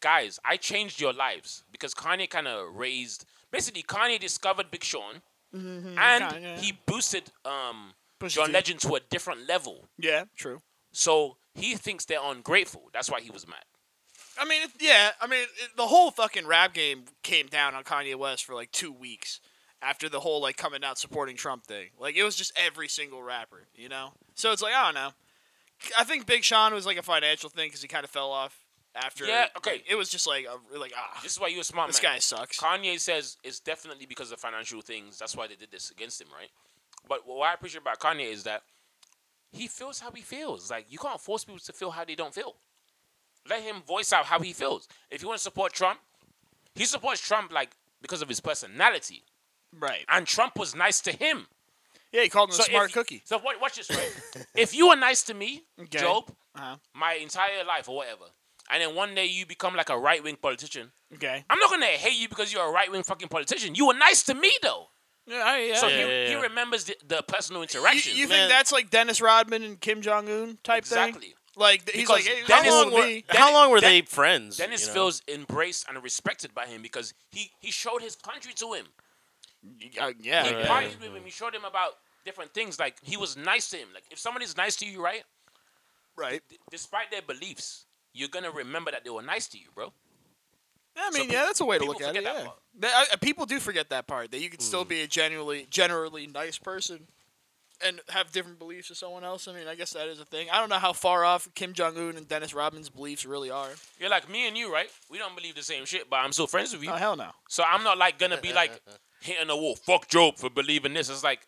B: guys, I changed your lives because Kanye kind of raised. Basically, Kanye discovered Big Sean, and
C: Mm-hmm. Kanye.
B: he boosted um,
C: Pusha
B: John
C: T.
B: Legend to a different level.
C: yeah, true.
B: So he thinks they're ungrateful. That's why he was mad.
C: I mean, it, yeah. I mean, it, the whole fucking rap game came down on Kanye West for like two weeks after the whole like coming out supporting Trump thing. Like it was just every single rapper, you know. So it's like I don't know. I think Big Sean was like a financial thing because he kind of fell off after.
B: Yeah, okay.
C: It was just like a, like ah,
B: This is why you a smart
C: this
B: man.
C: guy sucks.
B: Kanye says it's definitely because of financial things. That's why they did this against him, right? But what I appreciate about Kanye is that he feels how he feels. Like you can't force people to feel how they don't feel. Let him voice out how he feels. If you want to support Trump, he supports Trump like because of his personality.
C: right.
B: And Trump was nice to him.
C: Yeah, he called him a
B: if
C: smart
B: you-
C: cookie.
B: So wa- watch this, right? if you were nice to me,
C: Okay.
B: Job,
C: Uh-huh.
B: my entire life or whatever, and then one day you become like a right wing politician,
C: Okay.
B: I'm not gonna hate you because you're a right wing fucking politician. You were nice to me though.
C: Yeah, I- yeah.
B: So
A: Yeah,
B: he,
A: yeah,
B: he
A: yeah.
B: remembers the, the personal
C: you,
B: interaction.
C: you
A: Man.
C: think that's like Dennis Rodman and Kim Jong Un type thing?
B: exactly.
C: Like th- he's
B: Because
C: like, hey,
B: Dennis-
C: how long
A: were,
C: were me?
A: how long were
B: Den-
A: they friends?
B: Dennis
A: you know?
B: feels embraced and respected by him because he, he showed his country to him.
C: Uh, yeah.
B: He
A: Yeah.
B: partied with him. He showed him about different things. Like he was nice to him. Like if somebody's nice to you, right?
C: Right.
B: d- despite their beliefs, you're gonna remember that they were nice to you, bro.
C: I
B: So
C: mean,
B: pe-
C: yeah, that's a way to look
B: people
C: at it.
B: forget that
C: Yeah. Hmm.
B: part.
C: That- uh, people do forget that part that you can still be a genuinely, generally nice person and have different beliefs as someone else. I mean, I guess that is a thing. I don't know how far off Kim Jong Un and Dennis Rodman's beliefs really are.
B: You're like me and you, right? We don't believe the same shit, but I'm still friends with you.
C: Oh hell no.
B: So I'm not like gonna be like hitting the wall. Fuck Job for believing this. It's like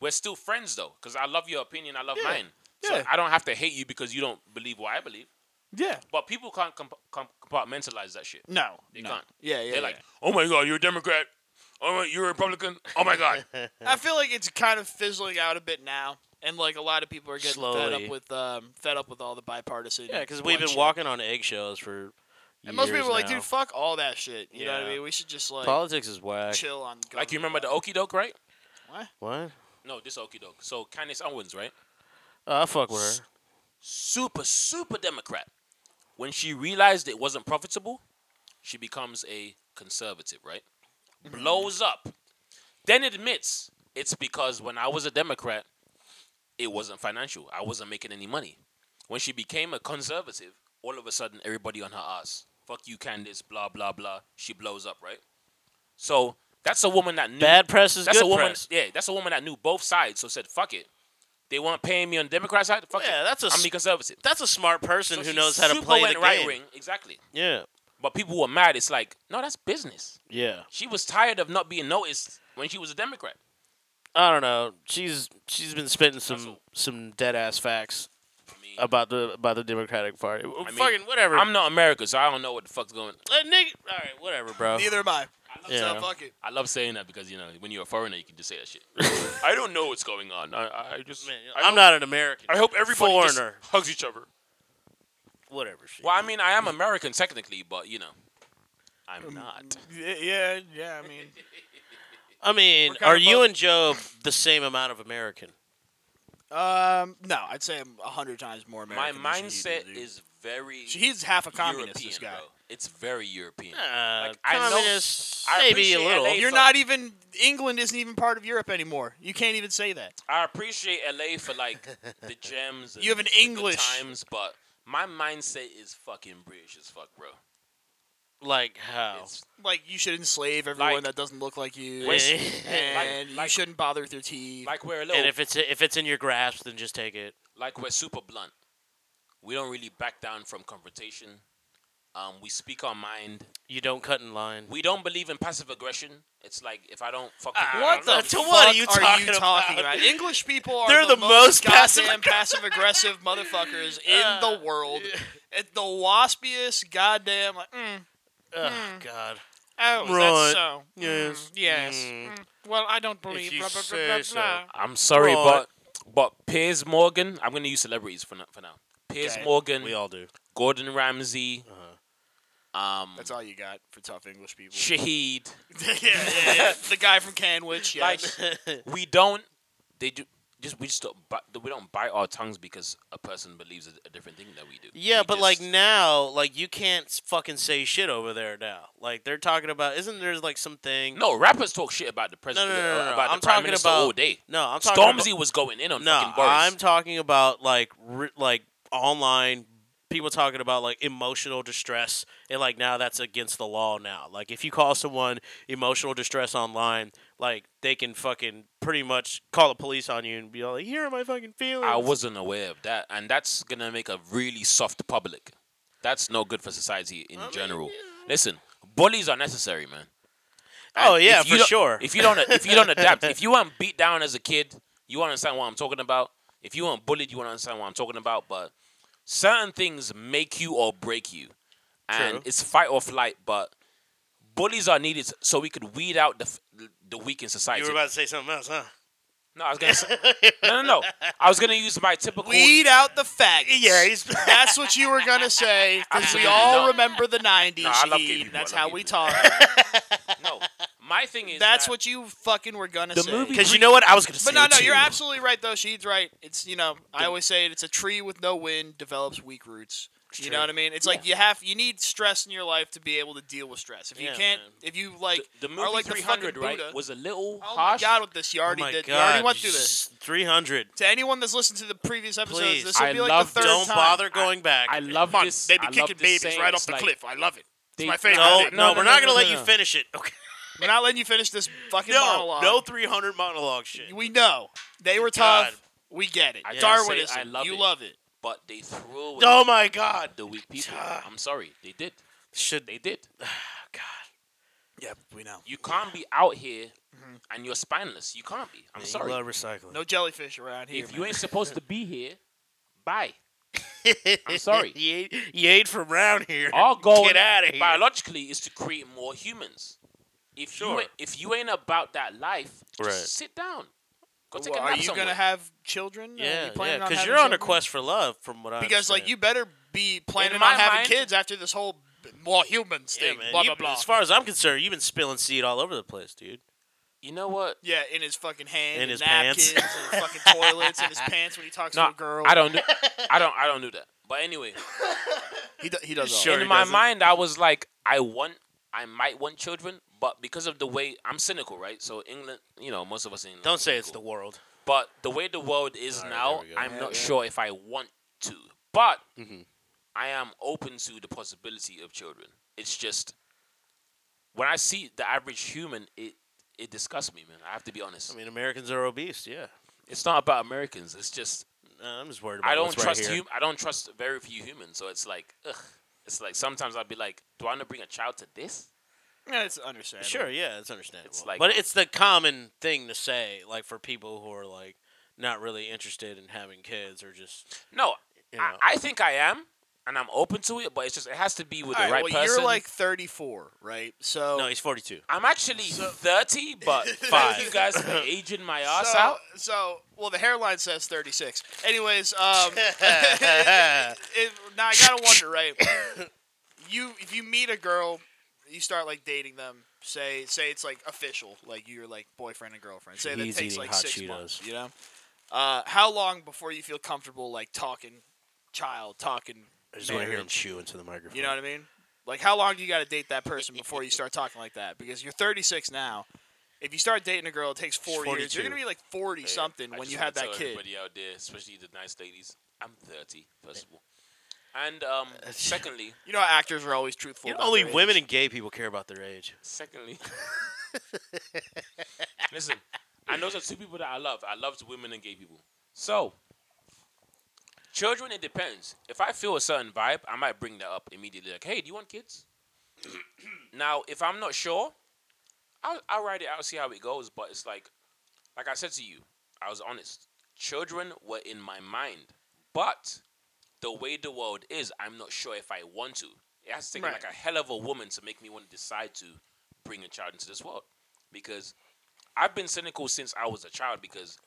B: we're still friends though, because I love your opinion. I love
C: Yeah.
B: mine. So
C: Yeah.
B: I don't have to hate you because you don't believe what I believe.
C: Yeah.
B: But people can't comp- comp- compartmentalize that shit.
C: No.
B: They
C: no.
B: can't.
C: Yeah, yeah.
B: They're
C: yeah.
B: like, oh my god, you're a Democrat. Oh my, you're a Republican. Oh my god.
C: I feel like it's kind of fizzling out a bit now, and like a lot of people are getting fed
A: Slowly.
C: up with um, fed up with all the bipartisan.
A: yeah, because we've been
C: bloodshed.
A: walking on eggshells for.
C: And most people
A: years
C: are like,
A: now.
C: dude, fuck all that shit. You know what I
A: Yeah.
C: mean? We should just like
A: Politics is whack.
C: chill on.
B: like you remember
C: government.
B: the Okie Doke, right?
A: What?
B: No, this Okie Doke. So Candace Owens, right?
A: Oh, I fuck with her.
B: super super democrat when she realized it wasn't profitable she becomes a conservative right blows up then admits it's because when i was a democrat it wasn't financial i wasn't making any money when she became a conservative all of a sudden everybody on her ass fuck you candace blah blah blah she blows up right so that's a woman that knew
A: Bad press is
B: that's
A: good
B: a woman
A: press.
B: yeah that's a woman that knew both sides so said fuck it they weren't paying me on the democrat side fuck
A: Yeah,
B: it
A: that's a
B: i'm
A: s-
B: the conservative
A: That's a smart person
B: so
A: who
B: she
A: knows how to
B: super
A: play
B: went
A: the
B: right
A: game.
B: wing exactly.
A: Yeah,
B: But people were mad. It's like, no, that's business.
A: yeah.
B: She was tired of not being noticed when she was a Democrat.
A: I don't know. She's she's been spitting some
B: Russell.
A: some dead ass facts
B: I mean,
A: about the about the Democratic Party.
B: mean,
A: Fucking whatever.
B: I'm not America, so I don't know what the fuck's going.
A: Uh, nigga. All right, whatever, bro.
C: Neither am I.
A: Yeah.
C: So fuck it.
B: I love saying that because you know when you're a foreigner, you can just say that shit. I don't know what's going on. I, I just,
A: Man,
B: I
A: I'm
B: hope-
A: not an American.
B: I hope everybody just
A: foreigner.
B: hugs each other.
A: Whatever. She
B: Well, I mean, I am American technically, but you know, I'm not.
C: Yeah, yeah, yeah. I mean,
A: I mean,
C: We're kinda
A: are you
C: both-
A: and Job the same amount of American?
C: um, no, I'd say I'm a hundred times more
B: My
C: American. than she
B: mindset
C: dude.
B: is very
C: She- he's half a communist.
B: European,
C: this guy.
B: bro. It's very European.
A: Uh,
B: I know-
A: communist,
B: I
A: maybe a
B: appreciate
A: little.
B: LA
C: You're
B: so-
C: not even. England isn't even part of Europe anymore. You can't even say that.
B: I appreciate LA for like the gems. And
C: You have an
B: the good
C: English-
B: times, but my mindset is fucking British as fuck, bro.
A: Like how?
B: It's-
C: Like you should enslave everyone
B: Like-
C: that doesn't look like you,
B: Wait,
C: and
B: like-
C: you
B: like-
C: shouldn't bother with your teeth.
B: like we're a little,
A: and if it's if it's in your grasp, then just take it.
B: like we're super blunt. We don't really back down from confrontation. Um, we speak our mind.
A: You don't cut in line.
B: We don't believe in passive aggression. It's like if I don't fucking
A: Ah,
C: What the
A: Uh, to
C: fuck
A: what are you
C: are
A: talking
C: you talking
A: about?
C: about? English people are
A: They're
C: the,
A: the most passive-
C: goddamn passive aggressive motherfuckers in
A: Uh,
C: the world. It's the waspiest goddamn. Like, mm,
A: Oh God.
C: oh,
A: Right.
C: that's so. Mm,
A: Yes.
C: yes.
A: Mm.
C: mm, Well, I don't believe.
A: you
C: blah, blah, blah,
A: say
C: blah,
A: so.
C: blah.
B: I'm sorry,
A: Right.
B: but but Piers Morgan. I'm gonna use celebrities for now. For now. Piers
C: Okay.
B: Morgan,
A: We all do.
B: Gordon Ramsay,
A: Uh-huh.
B: um,
C: That's all you got for tough English people.
B: Shahid.
C: yeah, yeah, yeah. The guy from Canwich. Yes.
B: Like- we don't. They do. Just we just don't. Bite, we don't bite our tongues because a person believes a, a different thing that we do.
A: yeah,
B: We
A: but like
B: just-
A: now, like you can't s- fucking say shit over there now. Like they're talking about, isn't there like something?
B: no rappers talk shit about the
A: no,
B: president.
A: no, no, no, no.
B: About
A: I'm
B: the prime
A: talking
B: minister
A: about
B: all day.
A: No, I'm talking
B: Stormzy
A: about.
B: was going in on
A: No,
B: fucking Boris.
A: I'm talking about like ri like online people talking about like emotional distress and like now that's against the law now. Like if you call someone emotional distress online, like they can fucking pretty much call the police on you and be like, "Here are my fucking feelings."
B: I wasn't aware of that, and that's gonna make a really soft public. that's no good for society in general. Listen, bullies are necessary, man.
A: Oh,
B: And
A: yeah,
B: if you
A: for
B: don't-
A: sure.
B: If you don't, if you don't adapt, if you weren't beat down as a kid, you won't understand what I'm talking about. If you weren't bullied, you won't understand what I'm talking about. But certain things make you or break you, and
A: True.
B: it's fight or flight. But bullies are needed so we could weed out the f- the weak in society.
A: You were about to say something else, huh?
B: no, I was gonna say, no, no, no. I was gonna use my typical.
C: Weed out the faggots.
A: Yeah, he's-
C: that's what you were gonna say because we
B: Absolutely
C: all
B: not.
C: remember the '90s.
B: No, I love gay
C: Shaheen.
B: people. I
C: That's
B: love
C: how
B: gay
C: we
B: people.
C: talk.
B: No, my thing is
C: That's
B: that-
C: what you fucking were gonna
B: The
C: say.
B: movie-
A: Because you know what? I was going to say
C: But no,
A: it
C: no,
A: too.
C: you're absolutely right though. She's right. It's you know, I always say it. It's a tree with no wind develops weak roots. You
A: true.
C: know what I mean? It's like you have you need stress in your life to be able to deal with stress. If you
A: Yeah,
C: can't,
A: man.
C: if you like,
B: the, the
C: are
B: movie
C: like the
B: 300
C: fucking
B: right
C: Buddha.
B: was a little
C: oh
B: harsh.
C: my god, with this you
A: Oh
C: already
A: my
C: did.
A: God,
C: You already went through this.
A: 300.
C: To anyone that's listened to the previous episodes,
A: Please.
C: this will
B: I
C: be like
B: love-
C: the 3rd
A: Don't
C: time.
A: bother going back.
B: I love
D: Come on,
B: this.
D: they be
B: I love
D: kicking
B: this
D: babies
B: saying,
D: right off
B: it's
D: the
B: like,
D: cliff. I love it.
B: they-
D: my favorite
A: No,
D: Hey,
A: no, we're not going
B: no,
A: to
B: no,
A: let
B: no,
A: you
B: no.
A: finish it. Okay.
C: We're not letting you finish this fucking
A: No,
C: monologue.
A: no 300 monologue shit.
C: we know they were
A: God.
C: tough. We get it.
B: I
A: gotta
B: say,
C: Darwinism.
B: I love
C: you
B: it.
C: love it.
B: But they threw away
A: Oh my God.
B: the weak people.
A: Ah.
B: I'm sorry, they did.
A: Should
B: They did.
A: God.
D: Yep, we know.
B: You can't be out here and you're spineless. You can't be. I'm sorry.
A: Mm-hmm. love recycling.
C: No jellyfish around here.
B: if
C: man.
B: you ain't supposed to be here, bye. I'm sorry.
A: you, ain't, you ain't from round here.
B: Our goal
A: Get outta here.
B: biologically is to create more humans. If
A: Sure.
B: you ain't- if you ain't about that life, just
A: Right.
B: sit down. Go take a
C: Well,
B: nap
C: are you
B: somewhere.
C: gonna have children? are
A: yeah,
C: you planning
A: yeah,
C: on
A: because
C: having
A: you're on a
C: children?
A: quest for love, from what I
C: Because like you
A: understand.
C: better be planning
B: In
C: on
B: my
C: having
B: mind-
C: kids after this whole b- more humans
A: Yeah,
C: thing.
A: man,
C: blah
A: you-
C: blah blah.
A: As far as I'm concerned, you've been spilling seed all over the place, dude.
B: you know what?
C: yeah, in his fucking hand,
A: In
C: and
A: his
C: napkins, and fucking toilets, in his pants when he talks
B: No,
C: to a girl.
B: I don't. Do, I don't. I don't do that. But anyway,
C: He, do, he does. all
A: Sure.
C: that.
A: he
B: in my
A: doesn't.
B: mind, I was like, I want, I might want children, but because of the way I'm cynical, right? So England, you know, most of us in England.
A: Don't
B: are
A: say it's the
B: cynical.
A: world.
B: But the way the world is
A: Alright,
B: now,
A: there we go.
B: I'm
C: Yeah,
B: not
C: yeah.
B: sure if I want to. But
A: Mhm.
B: I am open to the possibility of children. It's just when I see the average human, it it disgusts me, man. I have to be honest.
A: I mean, Americans are obese. Yeah,
B: it's not about Americans. It's just
A: Uh, I'm just worried about.
B: I don't
A: what's right
B: trust
A: here.
B: you. I don't trust very few humans. So it's like, ugh. It's like sometimes I'd be like, do I want to bring a child to this?
C: Yeah, it's understandable.
A: Sure, yeah, it's understandable.
B: It's like-
A: but it's the common thing to say, like for people who are like not really interested in having kids or just
B: No,
A: you know.
B: I, I think I am, and I'm open to it, but it's just it has to be with
C: All
B: the
C: right,
B: right
C: well,
B: person.
C: you're like 34, right? So
A: no, he's 42.
B: I'm actually 30, but
A: Five.
B: thank you guys for aging my ass
C: so,
B: out.
C: So, well, the hairline says 36. Anyways, um, it, now I gotta wonder, right? You, if you meet a girl, you start like dating them. Say, say it's like official, like you're like boyfriend and girlfriend. Say
A: He's
C: that takes
A: eating
C: like
A: hot
C: six
A: Cheetos.
C: months. You know, uh, how long before you feel comfortable like talking child, talking?
A: I just want to hear him
C: marriage?
A: chew into the microphone.
C: You know what I mean? Like, how long do you got to date that person before you start talking like that? Because you're 36 now. If you start dating a girl, it takes four
A: She's
C: years. You're
A: 42.
C: gonna be like 40 something
B: I
C: when
B: just
C: you
B: wanna
C: have that
B: tell
C: kid.
B: Everybody out there, especially the nice ladies, I'm 30, first of all. And um,
C: Uh,
B: secondly,
C: You know, how actors are always truthful.
A: You know,
C: about
A: only
C: their
A: women
C: age.
A: and gay people care about their age.
B: secondly, listen, and those are two people that I love. I loved women and gay people. So, children, it depends. If I feel a certain vibe, I might bring that up immediately. Like, hey, do you want kids? now, if I'm not sure, I'll, I'll write it out, see how it goes. But it's like, like I said to you, I was honest. Children were in my mind, but the way the world is, I'm not sure if I want to. It has to take
C: Right.
B: like a hell of a woman to make me want to decide to bring a child into this world, because I've been cynical since I was a child. Because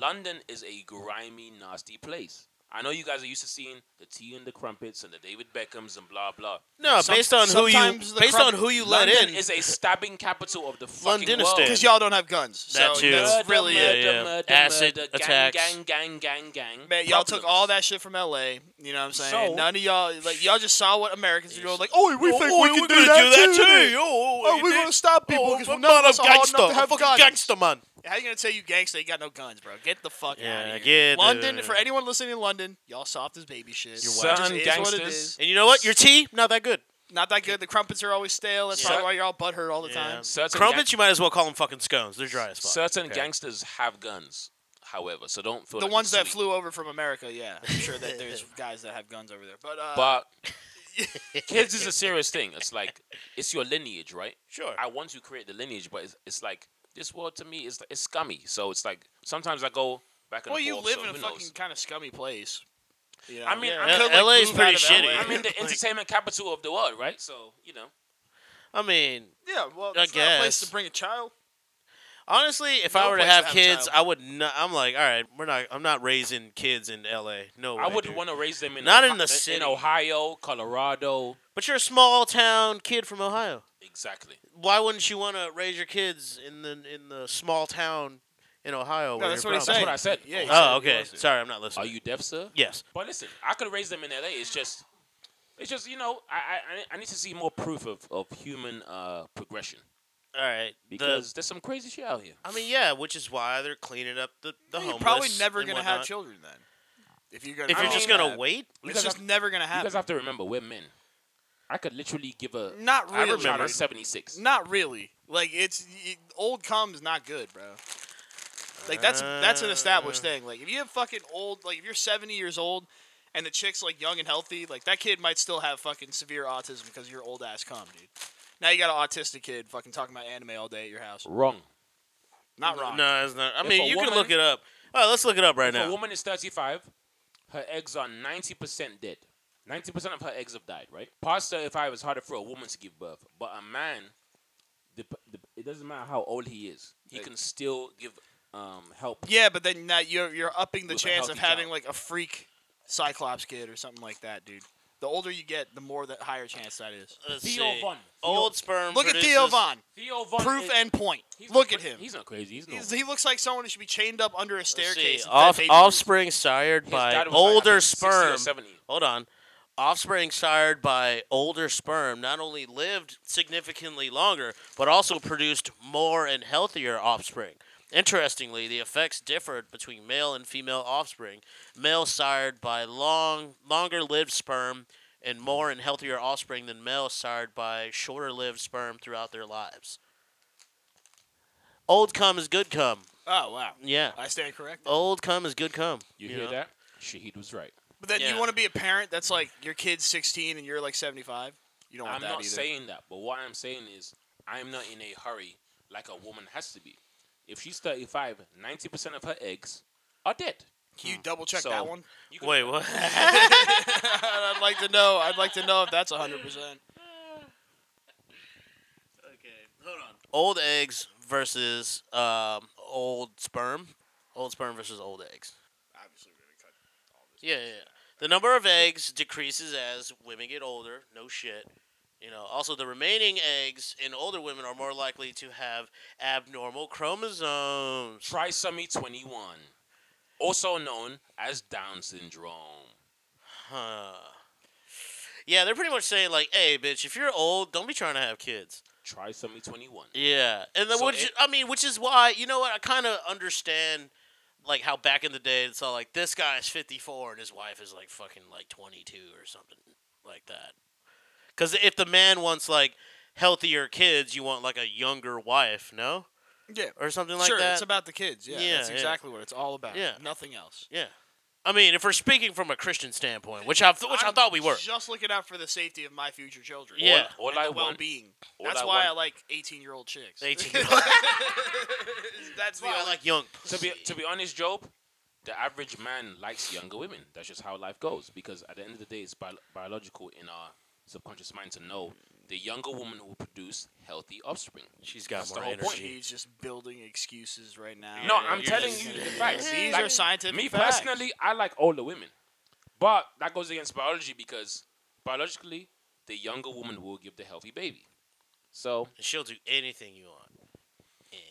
B: London is a grimy, nasty place. I know you guys are used to seeing the tea and the crumpets and the David Beckhams and blah blah.
A: No,
C: Some-
A: based on who you
C: sometimes the
A: based
C: crump-
A: on who you let
B: London
A: in.
B: is a stabbing capital of the fucking
A: Londonistan.
B: world.
C: because y'all don't have guns. So
A: That too.
B: Murder,
C: That's really
A: Yeah,
C: it.
B: murder,
A: yeah.
B: murder,
A: Acid
B: murder,
A: attacks.
B: Gang, gang, gang, gang, gang.
C: Man, y'all took
B: Problems.
C: all that shit from L.A. You know what I'm saying?
B: So-
C: None of y'all, like, y'all just saw what Americans are doing. Like,
A: Oh,
C: oh, we think
A: oh,
C: we
A: we're
C: can
A: gonna
C: do, that too.
A: Oh,
C: Oh, we
A: did-
C: want to stop people
A: oh,
C: because
A: I'm
C: none of
A: not
C: us
A: a
C: are hard
A: gangster.
C: enough to
A: I'm
C: have
A: fucking
C: guns.
A: gangster man.
C: How you gonna tell you gangster you got no guns, bro? Get the fuck
A: Yeah,
C: out of here.
A: get
C: London,
A: the-
C: for anyone listening in London, y'all soft as baby shit.
B: You're
C: It
B: wild.
C: just
B: Son
C: is what it
B: gangsters.
C: is.
A: And you know what? Your tea not that good.
C: Not that good. The crumpets are always stale. That's
A: Yeah.
C: probably why you're all butthurt all the
A: Yeah.
C: time.
B: Certain
A: Crumpets, you might as well call them fucking scones. They're dry as fuck.
B: Certain
A: Okay.
B: gangsters have guns, however, so don't feel
C: The
B: like
C: ones
B: it's
C: that
B: sweet.
C: flew over from America, yeah, I'm sure that there's guys that have guns over there. But uh,
B: But Kids is a serious thing. It's like it's your lineage, right?
A: Sure.
B: I want to create the lineage, but it's, it's like this world to me is it's scummy. So it's like sometimes I go back and
C: Well, you
B: forth,
C: live
B: so
C: in a
B: who knows?
C: fucking kind of scummy place. You know?
B: I mean,
C: Yeah.
B: I
A: L-
B: could,
C: like,
A: LA is
C: move
A: pretty
C: out of
A: shitty.
C: LA.
B: I'm in the
A: Like-
B: entertainment capital of the world, right? So you know,
A: I mean,
C: yeah, well,
A: I
C: it's not a place
A: guess.
C: to bring a child.
A: honestly, if
C: No
A: I were to
C: place to
A: have
C: have a
A: kids,
C: child.
A: I would not. I'm like, all right, we're not. I'm not raising kids in L.A. No way.
B: I wouldn't
A: dude.
B: want to raise them in
A: Not
B: Ohio-
A: in the city.
B: in Ohio, Colorado.
A: But you're a small town kid from Ohio.
B: Exactly.
A: Why wouldn't you want to raise your kids in the in the small town in Ohio? where
C: that's
A: you're
C: what he's
A: from?
B: That's
C: saying.
B: what I said.
C: Yeah, he
A: Oh,
C: said he
A: okay.
C: wants it.
A: Sorry, I'm not
B: Are
A: listening.
B: you deaf, sir?
A: Yes.
B: But listen, I could raise them in LA. It's just, it's just you know, I I, I need to see more proof of of human uh, progression
A: All right. The-
B: because there's some crazy shit out here.
A: I mean, yeah, which is why they're cleaning up the the
C: You're
A: homeless.
C: probably never
A: and
C: gonna have
A: whatnot.
C: children then. If you're gonna,
A: If
C: I
A: you're
C: mean,
A: just
B: mean,
A: gonna
C: uh,
A: wait,
B: You
C: it's
B: guys,
C: just
B: have,
C: never gonna
B: you
C: happen.
B: guys have to remember, we're men. I could literally give a.
C: Not
B: I
C: really.
B: remember 76.
C: Not really. Like it's y old cum is not good, bro. Like that's that's an established
B: Uh.
C: thing. Like if you have fucking old, like if you're 70 years old, and the chick's like young and healthy, like that kid might still have fucking severe autism because you're old ass cum, dude. Now you got an autistic kid fucking talking about anime all day at your house.
B: Wrong.
C: Not wrong.
A: no, it's not. I
B: If
A: mean,
B: a
A: you can
B: woman-
A: look it up. All right, let's look it up right
B: If a
A: now.
B: woman is 35, her eggs are 90% dead. 90% of her eggs have died, right? Past 35 is harder for a woman to give birth, but a man, the, the, it doesn't matter how old he is, he can still give um, help.
C: Yeah, but then now you're you're upping the
B: With a
C: chance of
B: healthy
C: having
B: child.
C: like a freak Cyclops kid or something like that, dude. The older you get, the more that higher chance that is.
A: Let's
B: Theo
A: see.
B: Von.
A: Old sperm.
C: Look at
A: produces-
C: Theo Vaughn.
B: Theo Von
C: Proof
B: is-
C: and point.
B: he's
C: Look
B: not
C: at
B: cra-
C: him.
B: He's not crazy. He's,
C: He's-
B: normal.
C: he looks like someone who should be chained up under a
A: Let's see.
C: staircase. and
A: Off,
C: fed baby
A: offspring sired
B: His
A: by
B: dad was like, I
A: older
B: think 60 or
A: sperm.
B: 70.
A: Hold on. Offspring sired by older sperm not only lived significantly longer, but also produced more and healthier offspring. Interestingly, the effects differed between male and female offspring. Male sired by long, longer lived sperm and more and healthier offspring than male sired by shorter lived sperm throughout their lives. Old cum is good cum.
C: noodles. Oh wow,
A: Yeah.
C: I stand corrected.
A: Old cum is good cum.
B: You,
A: know?
B: hear that? Shahid was right.
C: But then
A: yeah.
C: you want to be a parent that's like your kid's 16 and you're like 75. You don't want
B: I'm
C: that
B: not
C: either.
B: saying that, but what I'm saying is I'm not in a hurry like a woman has to be. If she's 35, 90% of her eggs are dead.
C: Can you double check
B: So-
C: that one?
B: You can-
A: Wait, what?
C: I'd like to know. I'd like to know if that's 100. percent
A: old eggs versus um, old sperm. Old sperm versus old eggs.
C: Obviously, we're gonna cut.
A: Yeah, yeah. yeah. The number of eggs decreases as women get older. No shit. You know. Also, the remaining eggs in older women are more likely to have abnormal chromosomes.
B: Trisomy 21, also known as Down syndrome.
A: Huh. Yeah, they're pretty much saying like, "Hey, bitch, if you're old, don't be trying to have kids."
B: Trisomy 21.
A: Yeah, and then
B: So
A: which
B: it-
A: I mean, which is why you know what I kind of understand, like how back in the day it's all like this guy is fifty four and his wife is like fucking like twenty two or something like that. Because if the man wants like healthier kids, you want like a younger wife, no,
C: Yeah,
A: or something like
C: sure.
A: that.
C: It's about the kids. Yeah,
A: Yeah,
C: that's
A: yeah.
C: exactly what it's all about.
A: Yeah.
C: nothing else.
A: yeah, I mean, if we're speaking from a Christian standpoint, which I th- which I
C: I'm
A: thought we were.
C: Just looking out for the safety of my future children.
A: Yeah.
B: All, all
C: and
B: I
C: the
B: want,
C: well-being.
B: all
C: That's
B: I
C: why I
B: want-
C: like 18-year-old chicks.
A: 18
C: that's the
A: I
C: only
A: like young.
B: to be
A: pussy.
B: to be honest, Job, the average man likes younger women. That's just how life goes. Because at the end of the day, it's bio- biological in our subconscious mind to know the younger woman will produce healthy offspring.
A: she's got
B: that's
A: more
B: the whole
A: energy.
B: point.
C: He's just building excuses right now.
B: No,
A: Yeah,
B: I'm
A: you're
B: telling
A: just-
B: you the facts.
C: These
B: Like,
C: are scientific
B: me
C: facts.
B: personally, I like older women, but that goes against biology because biologically, the younger woman will give the healthy baby. So
A: She'll do anything you want. Anything.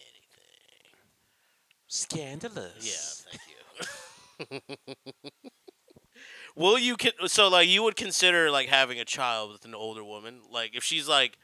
A: Yeah,
B: scandalous.
A: thank you. Will you con- so like you would consider like having a child with an older woman? Like if she's like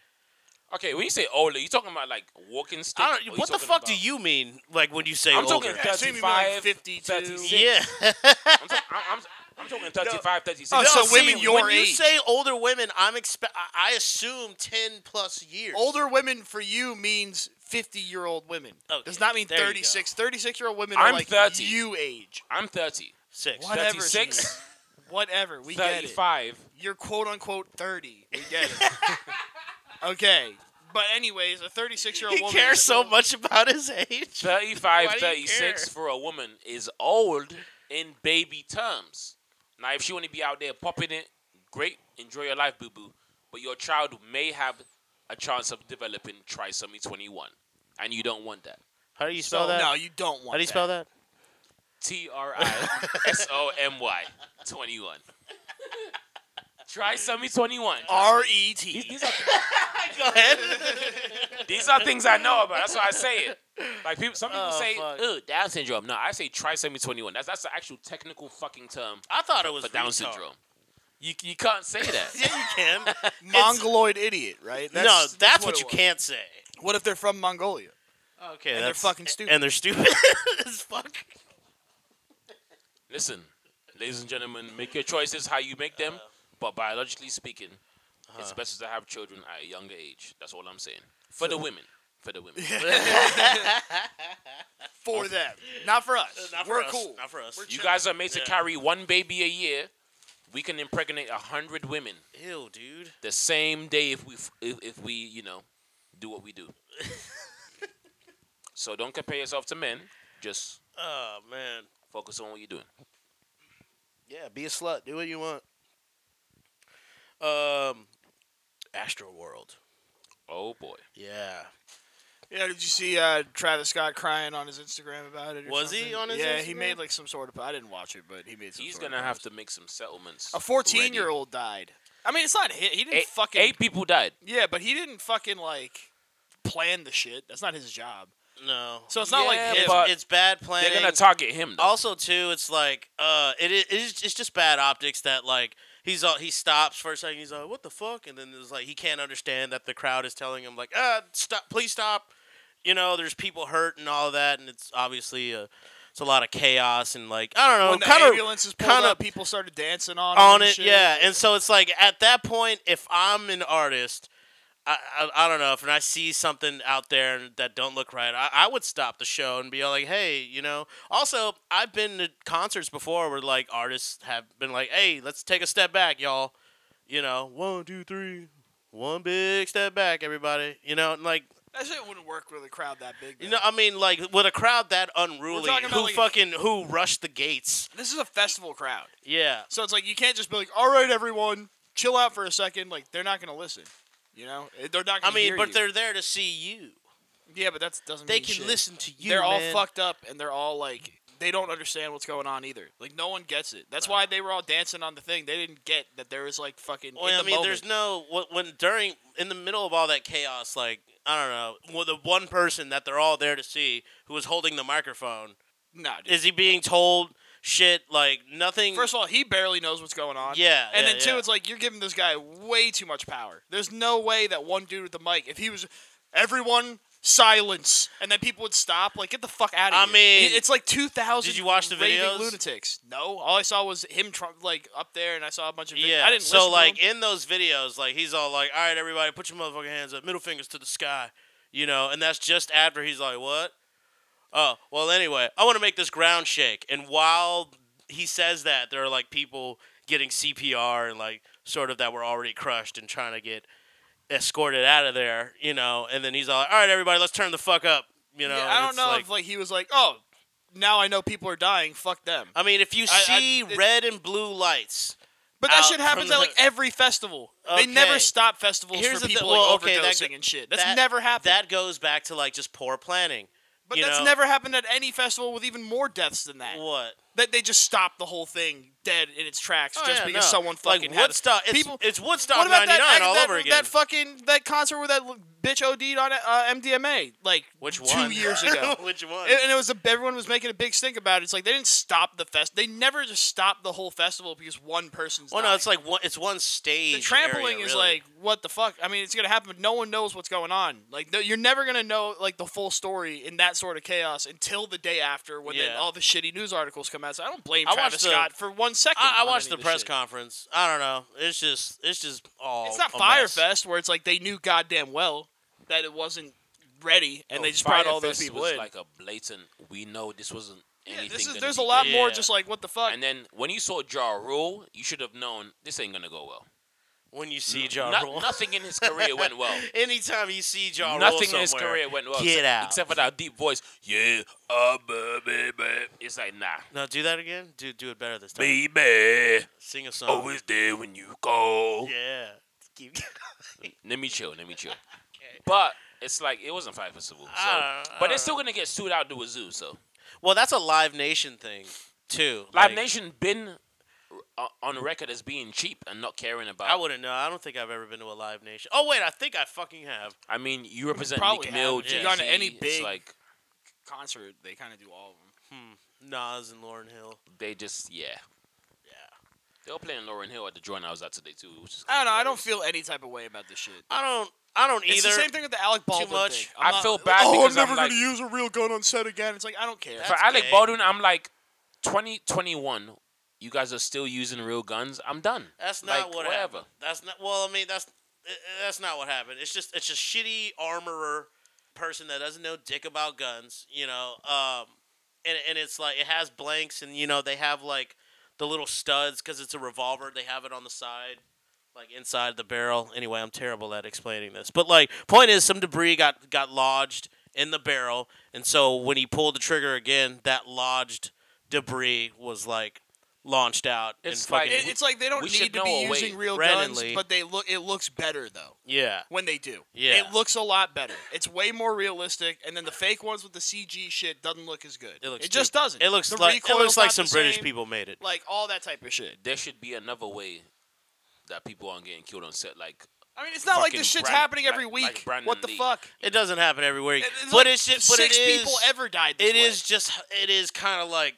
B: Okay, when you say older, you talking about like walking stick?
A: I
B: or you
A: don't, what the
B: talking
A: fuck do
B: about-
A: you mean like when you say
B: I'm
A: older?
B: talking
C: Yeah, so you mean like
B: 35,
C: 52.
B: 36.
A: yeah.
B: I'm, talk- I'm, I'm, I'm talking 35, 36.
C: Oh, so
A: No,
C: women
A: see,
C: your
A: when you
C: age.
A: say older women, I'm expe- I I assume 10 plus years.
C: Older women for you means 50 year old women.
A: Okay,
C: Does not mean
A: Oh, there you go.
C: 36. 36 year old women are
B: I'm
C: like
B: 30.
C: you age.
B: I'm 30.
A: six.
C: Whatever she
B: 36?
C: Whatever. We get it.
B: Thirty-five.
C: You're quote unquote 30. We get it. okay. But, anyways, a 36 year old
A: He
C: woman.
A: cares so much about his age.
B: 35,
A: Why do you
B: 36
A: care?
B: for a woman is old in baby terms. Now, if she want to be out there popping it, great, enjoy your life, boo boo. But your child may have a chance of developing trisomy 21, and you don't want that.
A: How do you
C: So,
A: spell that?
C: no, you don't want
A: How do you spell that?
B: T R I S O M Y 21. Trisomy 21.
C: R E
B: These,
C: T.
B: these are,
A: Go ahead.
B: these are things I know about. That's why I say it. Like people, some people
A: Oh,
B: say,
A: fuck.
B: "Ugh, Down syndrome." No, I say trisomy 21. That's that's the actual technical fucking term
A: I thought it was
B: for Down
A: retard.
B: syndrome. You, you can't say that.
A: Yeah, you can.
C: Mongoloid idiot, right?
A: no, that's, what,
C: it
A: you
C: was.
A: can't say.
C: What if they're from Mongolia?
A: Okay,
C: And they're
A: that's-
C: fucking stupid.
A: And they're stupid as fuck.
B: Listen, ladies and gentlemen, make your choices how you make
A: Uh-huh.
B: them, but biologically speaking, it's best to have children at a younger age. That's all I'm saying. For the women. For the women.
C: For them. Not for us.
A: Not for
C: We're
A: us.
C: cool.
A: Not for us.
B: You guys are made to
A: Yeah.
B: carry one baby a year. We can impregnate a hundred women
A: Ew, dude.
B: the same day if we f- if, if we you know do what we do. so don't compare yourself to men. Just
A: Oh man.
B: focus on what you're doing.
A: Yeah, be a slut. Do what you want. Um, Astro World.
B: Oh boy.
A: Yeah.
C: Yeah, did you see uh, Travis Scott crying on his Instagram about it? or
A: Was he
C: something?
A: on his
C: Yeah, he
A: Instagram?
C: made like some sort of. I didn't watch it, but he made some.
B: He's
C: sort
B: gonna
C: of
B: have to make some settlements.
C: A 14 year old died. I mean, it's not hit. He didn't
B: Eight,
C: fucking.
B: eight people died.
C: Yeah, but he didn't fucking like plan the shit. That's not his job.
A: No.
C: So it's not
B: Yeah,
C: like him.
A: it's,
B: but
A: it's bad planning.
B: They're gonna target him. Though.
A: also too it's like uh it is it's it's just bad optics that like he's all he stops for a second he's like what the fuck and then it's like he can't understand that the crowd is telling him like uh stop please stop you know there's people hurt and all that and it's obviously a it's a lot of chaos and like I don't
C: when
A: know
C: the
A: kind of
C: ambulances pulled
A: um, kinda-
C: up, people started dancing on
A: on
C: him and
A: it
C: shit.
A: yeah and so it's like at that point if I'm an artist I, I, I don't know if and I see something out there and- that don't look right. I, I would stop the show and be like, hey, you know. Also, I've been to concerts before where like artists have been like, hey, let's take a step back, y'all. You know, one, two, three, one big step back, everybody. You know, and like
C: That shit wouldn't work with a crowd that big.
A: you
C: though.
A: know, I mean, like with a crowd that unruly,
C: talking about,
A: who
C: like-
A: fucking who rushed the gates?
C: this is a festival crowd,
A: Yeah,
C: so it's like you can't just be like, "All right, everyone, chill out for a second. Like they're not gonna listen. You know, they're not.
A: I
C: Gonna
A: mean,
C: hear
A: but
C: you.
A: they're there to see you.
C: yeah, but that doesn't.
A: They
C: mean
A: can
C: shit.
A: listen to you.
C: they're all
A: man.
C: fucked up and they're all like they don't understand what's going on either. Like no one gets it. That's why they were all dancing on the thing. They didn't get that there was like fucking.
A: Well,
C: in
A: I
C: the
A: mean,
C: moment.
A: there's no when- when during in the middle of all that chaos, like I don't know, well, the one person that they're all there to see who is holding the microphone
C: Nah, dude.
A: is he being told shit like nothing?
C: First of all, he barely knows what's going on.
A: Yeah,
C: And
A: yeah,
C: then two,
A: yeah.
C: it's like you're giving this guy way too much power. There's no way that one dude with the mic, if he was everyone silence, and then people would stop. Like get the fuck out of
A: I
C: here.
A: mean,
C: It- it's like two thousand.
A: did you watch the videos?
C: Lunatics. No, all I saw was him tr- like up there, and I saw a bunch of. vid-
A: yeah.
C: I didn't. listen
A: so
C: to
A: like
C: him.
A: in those videos, like he's all like, "All right, everybody, put your motherfucking hands up, middle fingers to the sky," you know, and that's just after he's like, "What?" Oh, well, anyway, I want to make this ground shake, and while he says that, there are like people getting CPR and like sort of that were already crushed and trying to get escorted out of there, you know, and then he's all, "All right, everybody, let's turn the fuck up," you know.
C: Yeah,
A: and
C: I don't
A: it's
C: know
A: like-
C: if like he was like, oh, now I know people are dying. Fuck them.
A: I mean, if you
C: I- I-
A: see
C: it-
A: red and blue lights,
C: But that
A: out
C: shit happens
A: from
C: at like
A: the-
C: every festival. They
A: Okay.
C: never stop festivals
A: Here's
C: for
A: the thi-
C: people
A: well,
C: like
A: okay, that
C: overdosing
A: go-
C: and shit. That's
A: that-
C: never happened.
A: that goes back to like just poor planning.
C: but
A: you
C: that's
A: know?
C: never happened at any festival with even more deaths than that.
A: What?
C: That they just stop the whole thing dead in its tracks
A: Oh,
C: just
A: yeah,
C: because
A: no.
C: someone fucking
A: like
C: had a-
A: Woodstock. It's,
C: people.
A: it's Woodstock
C: what about that,
A: '99
C: act-
A: all
C: that,
A: over again.
C: that fucking that concert where that l- bitch OD'd on uh, MDMA like
A: Which
C: two
A: one?
C: years ago?
A: Which one?
C: And, and it was a, everyone was making a big stink about it. It's like they didn't stop the fest. They never just stopped the whole festival because one person's.
A: well, no,
C: dying.
A: it's like one, it's one stage.
C: the trampling
A: area,
C: is
A: really.
C: like what the fuck. I mean, it's gonna happen, but no one knows what's going on. Like no- you're never gonna know like the full story in that sort of chaos until the day after when then
A: Yeah.
C: all the shitty news articles come out. So I don't blame
A: I
C: Travis
A: watched the-
C: Scott for one second.
A: I, I
C: on
A: watched
C: any
A: the
C: of this
A: press
C: shit.
A: conference. I don't know. It's just it's just all.
C: It's not
A: a mess.
C: Firefest where it's like they knew goddamn well that it wasn't ready and
B: No,
A: Oh,
C: they just brought all
B: Fyre
C: those
B: Fest
C: people
B: was
C: in.
B: Like a blatant. We know this wasn't
C: Yeah,
B: anything.
C: this is,
B: gonna
C: there's
B: be
C: a lot
B: good.
A: good.
C: more
A: Yeah.
C: just like what the fuck.
B: And then when you saw Ja Rule, you should have known this ain't gonna go well.
A: When you see John
B: No-
A: Rule,
B: nothing in his career went well.
A: anytime you see John Rule
B: Nothing in his
A: somewhere-
B: career went well.
A: Get
B: except,
A: out.
B: Except for that deep voice. Yeah, uh, baby, baby. It's like, nah.
A: No, do that again. Do do it better this time.
B: Baby,
A: Sing a song.
B: always there when you call.
A: yeah.
B: Let me chill, let me chill. But it's like, it wasn't Fight Festival. So.
C: Uh,
A: I don't- I
B: but they're
A: don't
B: still going to get sued out to a zoo, so.
A: Well, that's a Live Nation thing too.
B: Live
A: Like,
B: Nation been uh, on record as being cheap and not caring about.
A: I wouldn't know. I don't think I've ever been to a Live Nation. Oh wait, I think I fucking have.
B: I mean, you represent
C: probably
B: Meek Mill,
C: have. If
B: Jay
A: you've
C: gone to any
B: It's
C: big-
B: like,
C: concert, they kind of do all of them.
A: Nas and Lauren Hill.
B: they just, yeah.
A: Yeah.
B: They were playing Lauren Hill at the joint I was at today, too. Which is
C: I don't know. I don't feel any type of way about this shit.
A: I don't. I don't either.
C: It's the same thing with the Alec Baldwin
A: much.
C: thing.
B: I
C: I'm not-
B: feel bad
C: Oh,
B: because
C: I'm never
B: I'm like-
C: gonna use a real gun on set again. It's like I don't care.
A: That's
B: For Alec
A: gay.
B: Baldwin, I'm like, 2021, you guys are still using real guns. I'm done.
A: That's not
B: Like,
A: what
B: whatever.
A: happened. That's not. Well, I mean, that's uh, that's not what happened. It's just it's a shitty armorer person that doesn't know dick about guns. You know, um, and and it's like it has blanks, and you know they have like the little studs because it's a revolver. They have it on the side. Like inside the barrel. Anyway, I'm terrible at explaining this, but like, point is, some debris got got lodged in the barrel, and so when he pulled the trigger again, that lodged debris was like launched out.
B: It's
A: and
B: like-
A: fucking,
C: It- it's like they don't
B: We should
C: need to be
B: know a way.
C: using real
A: Red and
C: guns,
A: Lee.
C: but they look. It looks better though
A: yeah.
C: when they do.
A: Yeah.
C: it looks a lot better. It's way more realistic, and then the fake ones with the CG shit doesn't look as good.
A: It looks.
C: It just
A: stupid.
C: doesn't.
A: It looks
C: The
A: like it
C: recoil's
A: looks like
C: not
A: some
C: the
A: British
C: same,
A: people made it.
C: Like all that type of shit.
B: There should be another way that people aren't getting killed on set. Like,
C: I mean, it's not like
B: Fucking
C: this shit's
B: Brand-
C: happening every
B: like-
C: week.
B: like Brandon
C: what the
B: Lee.
C: fuck?
A: It doesn't happen every week,
C: It- it's
A: but
C: like
A: it's just. But
C: six
A: it is.
C: people ever died. This
A: It
C: way.
A: is just. It is kind of like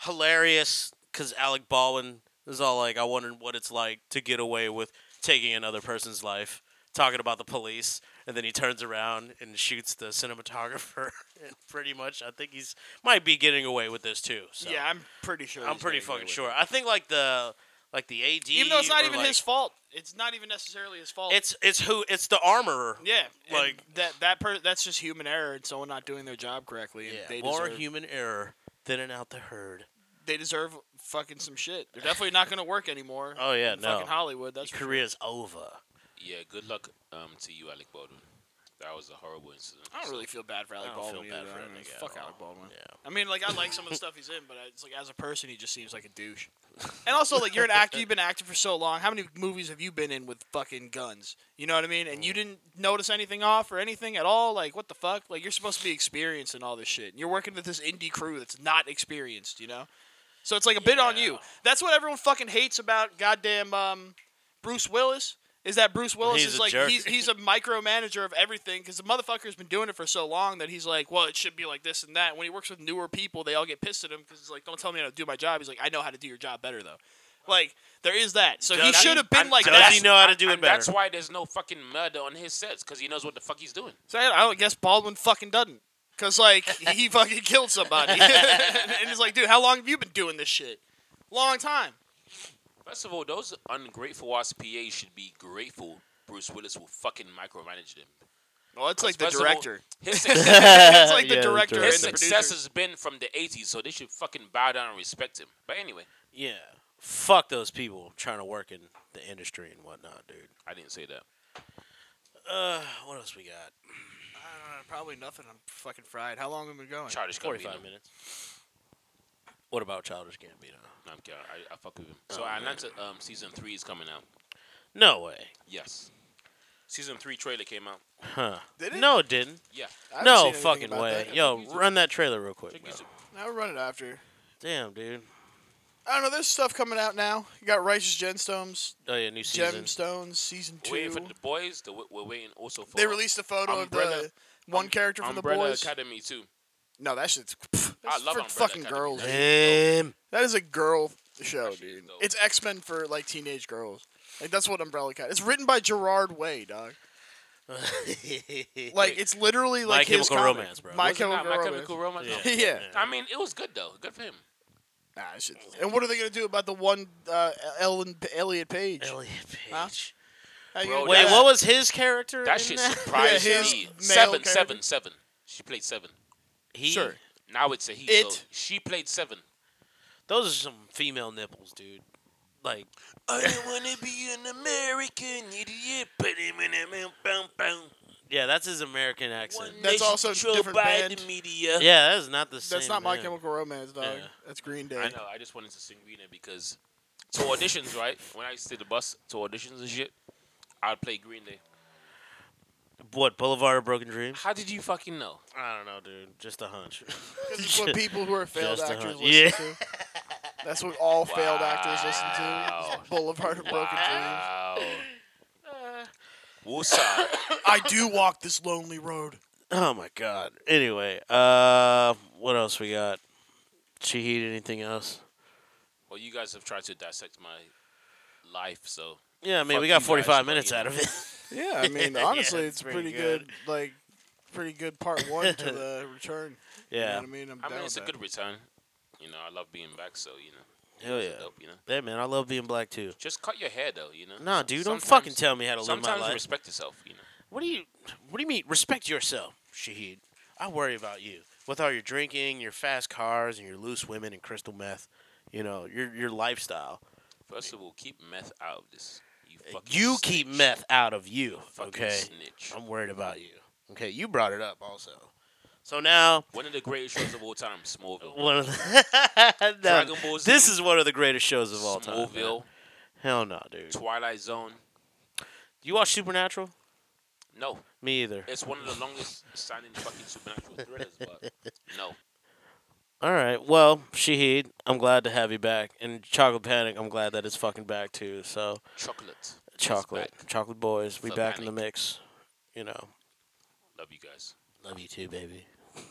A: hilarious because Alec Baldwin is all like, "I wondered what it's like to get away with taking another person's life." Talking about the police, and then he turns around and shoots the cinematographer, and pretty much, I think he's might be getting away with this too. So
C: Yeah, I'm pretty sure.
A: I'm
C: he's
A: pretty
C: getting away
A: fucking
C: with it.
A: sure. I think like the like the AD,
C: Even though it's not
A: or,
C: even
A: like-
C: his fault, it's not even necessarily his fault.
A: It's it's who it's the armorer.
C: yeah, and
A: like-
C: that that per- that's just human error and someone not doing their job correctly. And they
A: more
C: deserve,
A: human error thinning out the herd.
C: they deserve fucking some shit. They're definitely not going to work anymore.
A: Oh, yeah,
C: in
A: no.
C: fucking Hollywood. That's
A: His career's over.
B: yeah, good luck um, to you, Alec Baldwin. That was a horrible incident.
C: I don't really feel bad for Alec
A: I don't feel
C: Baldwin.
A: bad
C: either.
A: for
C: I
A: that
C: mean,
A: nigga at
C: Fuck
A: all.
C: Alec Baldwin.
A: Yeah.
C: I mean, like I like some of the stuff he's in, but I- it's like as a person, he just seems like a douche. And also, like you're an actor, you've been acting for so long. How many movies have you been in with fucking guns? You know what I mean? And you didn't notice anything off or anything at all. Like what the fuck? Like you're supposed to be experienced in all this shit. And you're working with this indie crew that's not experienced. You know? So it's like a bit on you. That's what everyone fucking hates about goddamn um, Bruce Willis. Is that Bruce Willis
A: He's
C: is
A: a
C: like
A: jerk.
C: he's he's a micromanager of everything because the motherfucker's been doing it for so long that he's like, well, it should be like this and that. When he works with newer people, they all get pissed at him because he's like, don't tell me how to do my job. He's like, I know how to do your job better though. Like there is that. So he
A: Does he?
C: should have been
B: And
C: like
A: does
C: that.
A: he know how to
B: and-
A: do it
B: and That's
A: better?
B: why there's no fucking murder on his sets because he knows what the fuck he's doing.
C: So I don't guess Baldwin fucking doesn't. Cause like he fucking killed somebody, and it's like, dude, how long have you been doing this shit? Long time.
B: First of all, those ungrateful ass PAs should be grateful. Bruce Willis will fucking micromanage them.
C: Well, it's like the
B: First of all,
C: director.
B: his success,
C: it's like the
A: Yeah, the
C: director.
A: director.
C: and
B: his
C: the
B: success
C: producer.
B: has been from the 80s, so they should fucking bow down and respect him. But anyway,
A: Yeah. Fuck those people trying to work in the industry and whatnot, dude.
B: I didn't say that.
A: Uh, what else we got?
C: I don't know, probably nothing. I'm fucking fried. How long have we been going?
B: Childish
A: Forty-five
B: Gambino.
A: minutes. What about Childish Gambino?
B: No, I'm kidding. I, I fuck with him. So Atlanta um, season three is coming out.
A: No way.
B: Yes. Season three trailer came out.
A: Huh?
D: Did it?
A: No, it didn't.
B: Yeah.
A: No fucking way.
D: That.
A: Yo, run that trailer real quick.
B: Check
A: bro.
B: YouTube.
D: I'll run it after.
A: Damn, dude.
D: I don't know. There's stuff coming out now. You got Righteous Gemstones,
A: Oh yeah, new season.
D: Gemstones season
B: Waiting
D: two.
B: for the boys. The, we're waiting also for
D: they released a photo of
B: Umbrella-
D: the one
B: Um-
D: character from
B: Umbrella
D: the boys.
B: Academy too.
D: No, that shit's. Pff,
B: I
D: that's
B: love
D: for
B: Umbrella
D: fucking
B: Academy.
D: girls.
B: That's-
A: Damn.
D: That is a girl show,
B: That shit is
D: dude.
B: dope.
D: It's X Men for like teenage girls. Like that's what Umbrella Academy. It's written by Gerard Way, dog. Like
B: Wait.
D: it's literally
A: My
D: like his
A: Chemical
D: comic.
A: Romance, bro.
D: My
B: Was it not
D: Chemical
B: My
D: Romance.
B: Chemical Romance.
A: Yeah.
B: Okay.
D: yeah.
B: I mean, it was good though. Good for him.
D: Nah, that shit. And what are they gonna do about the one uh, Ellen Elliot Page?
A: Elliot Page.
D: Huh? How you
B: Bro,
D: gonna do
A: Wait,
D: that?
A: what was his character?
B: That
A: in
B: shit
A: Oh, that?
B: surprised
D: Yeah, his
B: me.
D: male
B: Seven,
D: character.
B: seven, seven. She played seven.
A: He?
D: Sure.
B: Now it's a he. so
C: It.
B: she played seven.
A: Those are some female nipples, dude. Like
B: I don't wanna be an American idiot, but I'm an bum bum.
A: yeah, that's his American accent.
D: That's also a different band.
B: media.
A: Yeah, that is not the same.
D: That's not My
A: man.
D: Chemical Romance, dog.
A: Yeah.
D: That's Green
B: I
D: Day.
B: know. I just wanted to sing Green Day because to auditions, right? When I used to the bus to auditions and shit, I'd play Green Day.
A: What Boulevard of Broken Dreams?
B: How did you fucking know?
A: I don't know, dude. Just a hunch.
D: Because it's what people who are failed
A: Just a
D: actors
A: hun-
D: listen
A: Yeah.
D: to. That's what all failed actors listen to.
B: Wow.
D: It's Boulevard of Broken Dreams.
B: Wow. Wusa.
D: I do walk this lonely road.
A: oh my god. Anyway, uh, what else we got? Shahid, anything else?
B: Well, you guys have tried to dissect my life, so
A: Yeah, I mean,
B: Fuck
A: we
B: you
A: got
B: guys,
A: 45
B: but,
A: minutes
B: you know.
A: out of it.
D: Yeah, I mean,
A: Yeah,
D: honestly,
A: it's
D: it's
A: pretty
D: pretty, good. Like, pretty good part one to the return. You know
A: yeah.
D: what I mean, I'm
B: I
D: down
B: mean, it's a
D: with
B: good return. You know, I love being back, so you know,
A: Hell yeah.
B: it's dope. You know,
A: Hey, man, I love being black too.
B: just cut your hair though. You know.
A: Nah, dude, don't
B: Sometimes-
A: fucking tell me how to live my
B: Sometimes
A: life.
B: respect yourself. You know.
A: what do you What do you mean respect yourself, Shahid? I worry about you with all your drinking, your fast cars, and your loose women and crystal meth. You know your your lifestyle.
B: First of all, keep meth out of this. You fucking
A: Uh, You
B: snitch.
A: keep meth out of you.
B: Fucking
A: Okay,
B: Snitch.
A: I'm worried about you. Okay, you brought it up also. So now
B: One of the greatest shows of all time, Smallville.
A: one of the No,
B: Dragon Ball Z.
A: this is one of the greatest shows of all time. man.
B: Smallville,
A: Hell no, dude.
B: Twilight Zone.
A: You watch Supernatural?
B: No,
A: Me either.
B: it's one of the longest signing fucking supernatural thrillers, but no.
A: All right. Well, Shahid, I'm glad to have you back. And Chocolate Panic, I'm glad that it's fucking back too. So,
B: Chocolate.
A: chocolate,
B: back.
A: chocolate boys, we
B: For
A: back in the
B: Panic.
A: mix. You know,
B: Love you guys.
A: love you too, baby.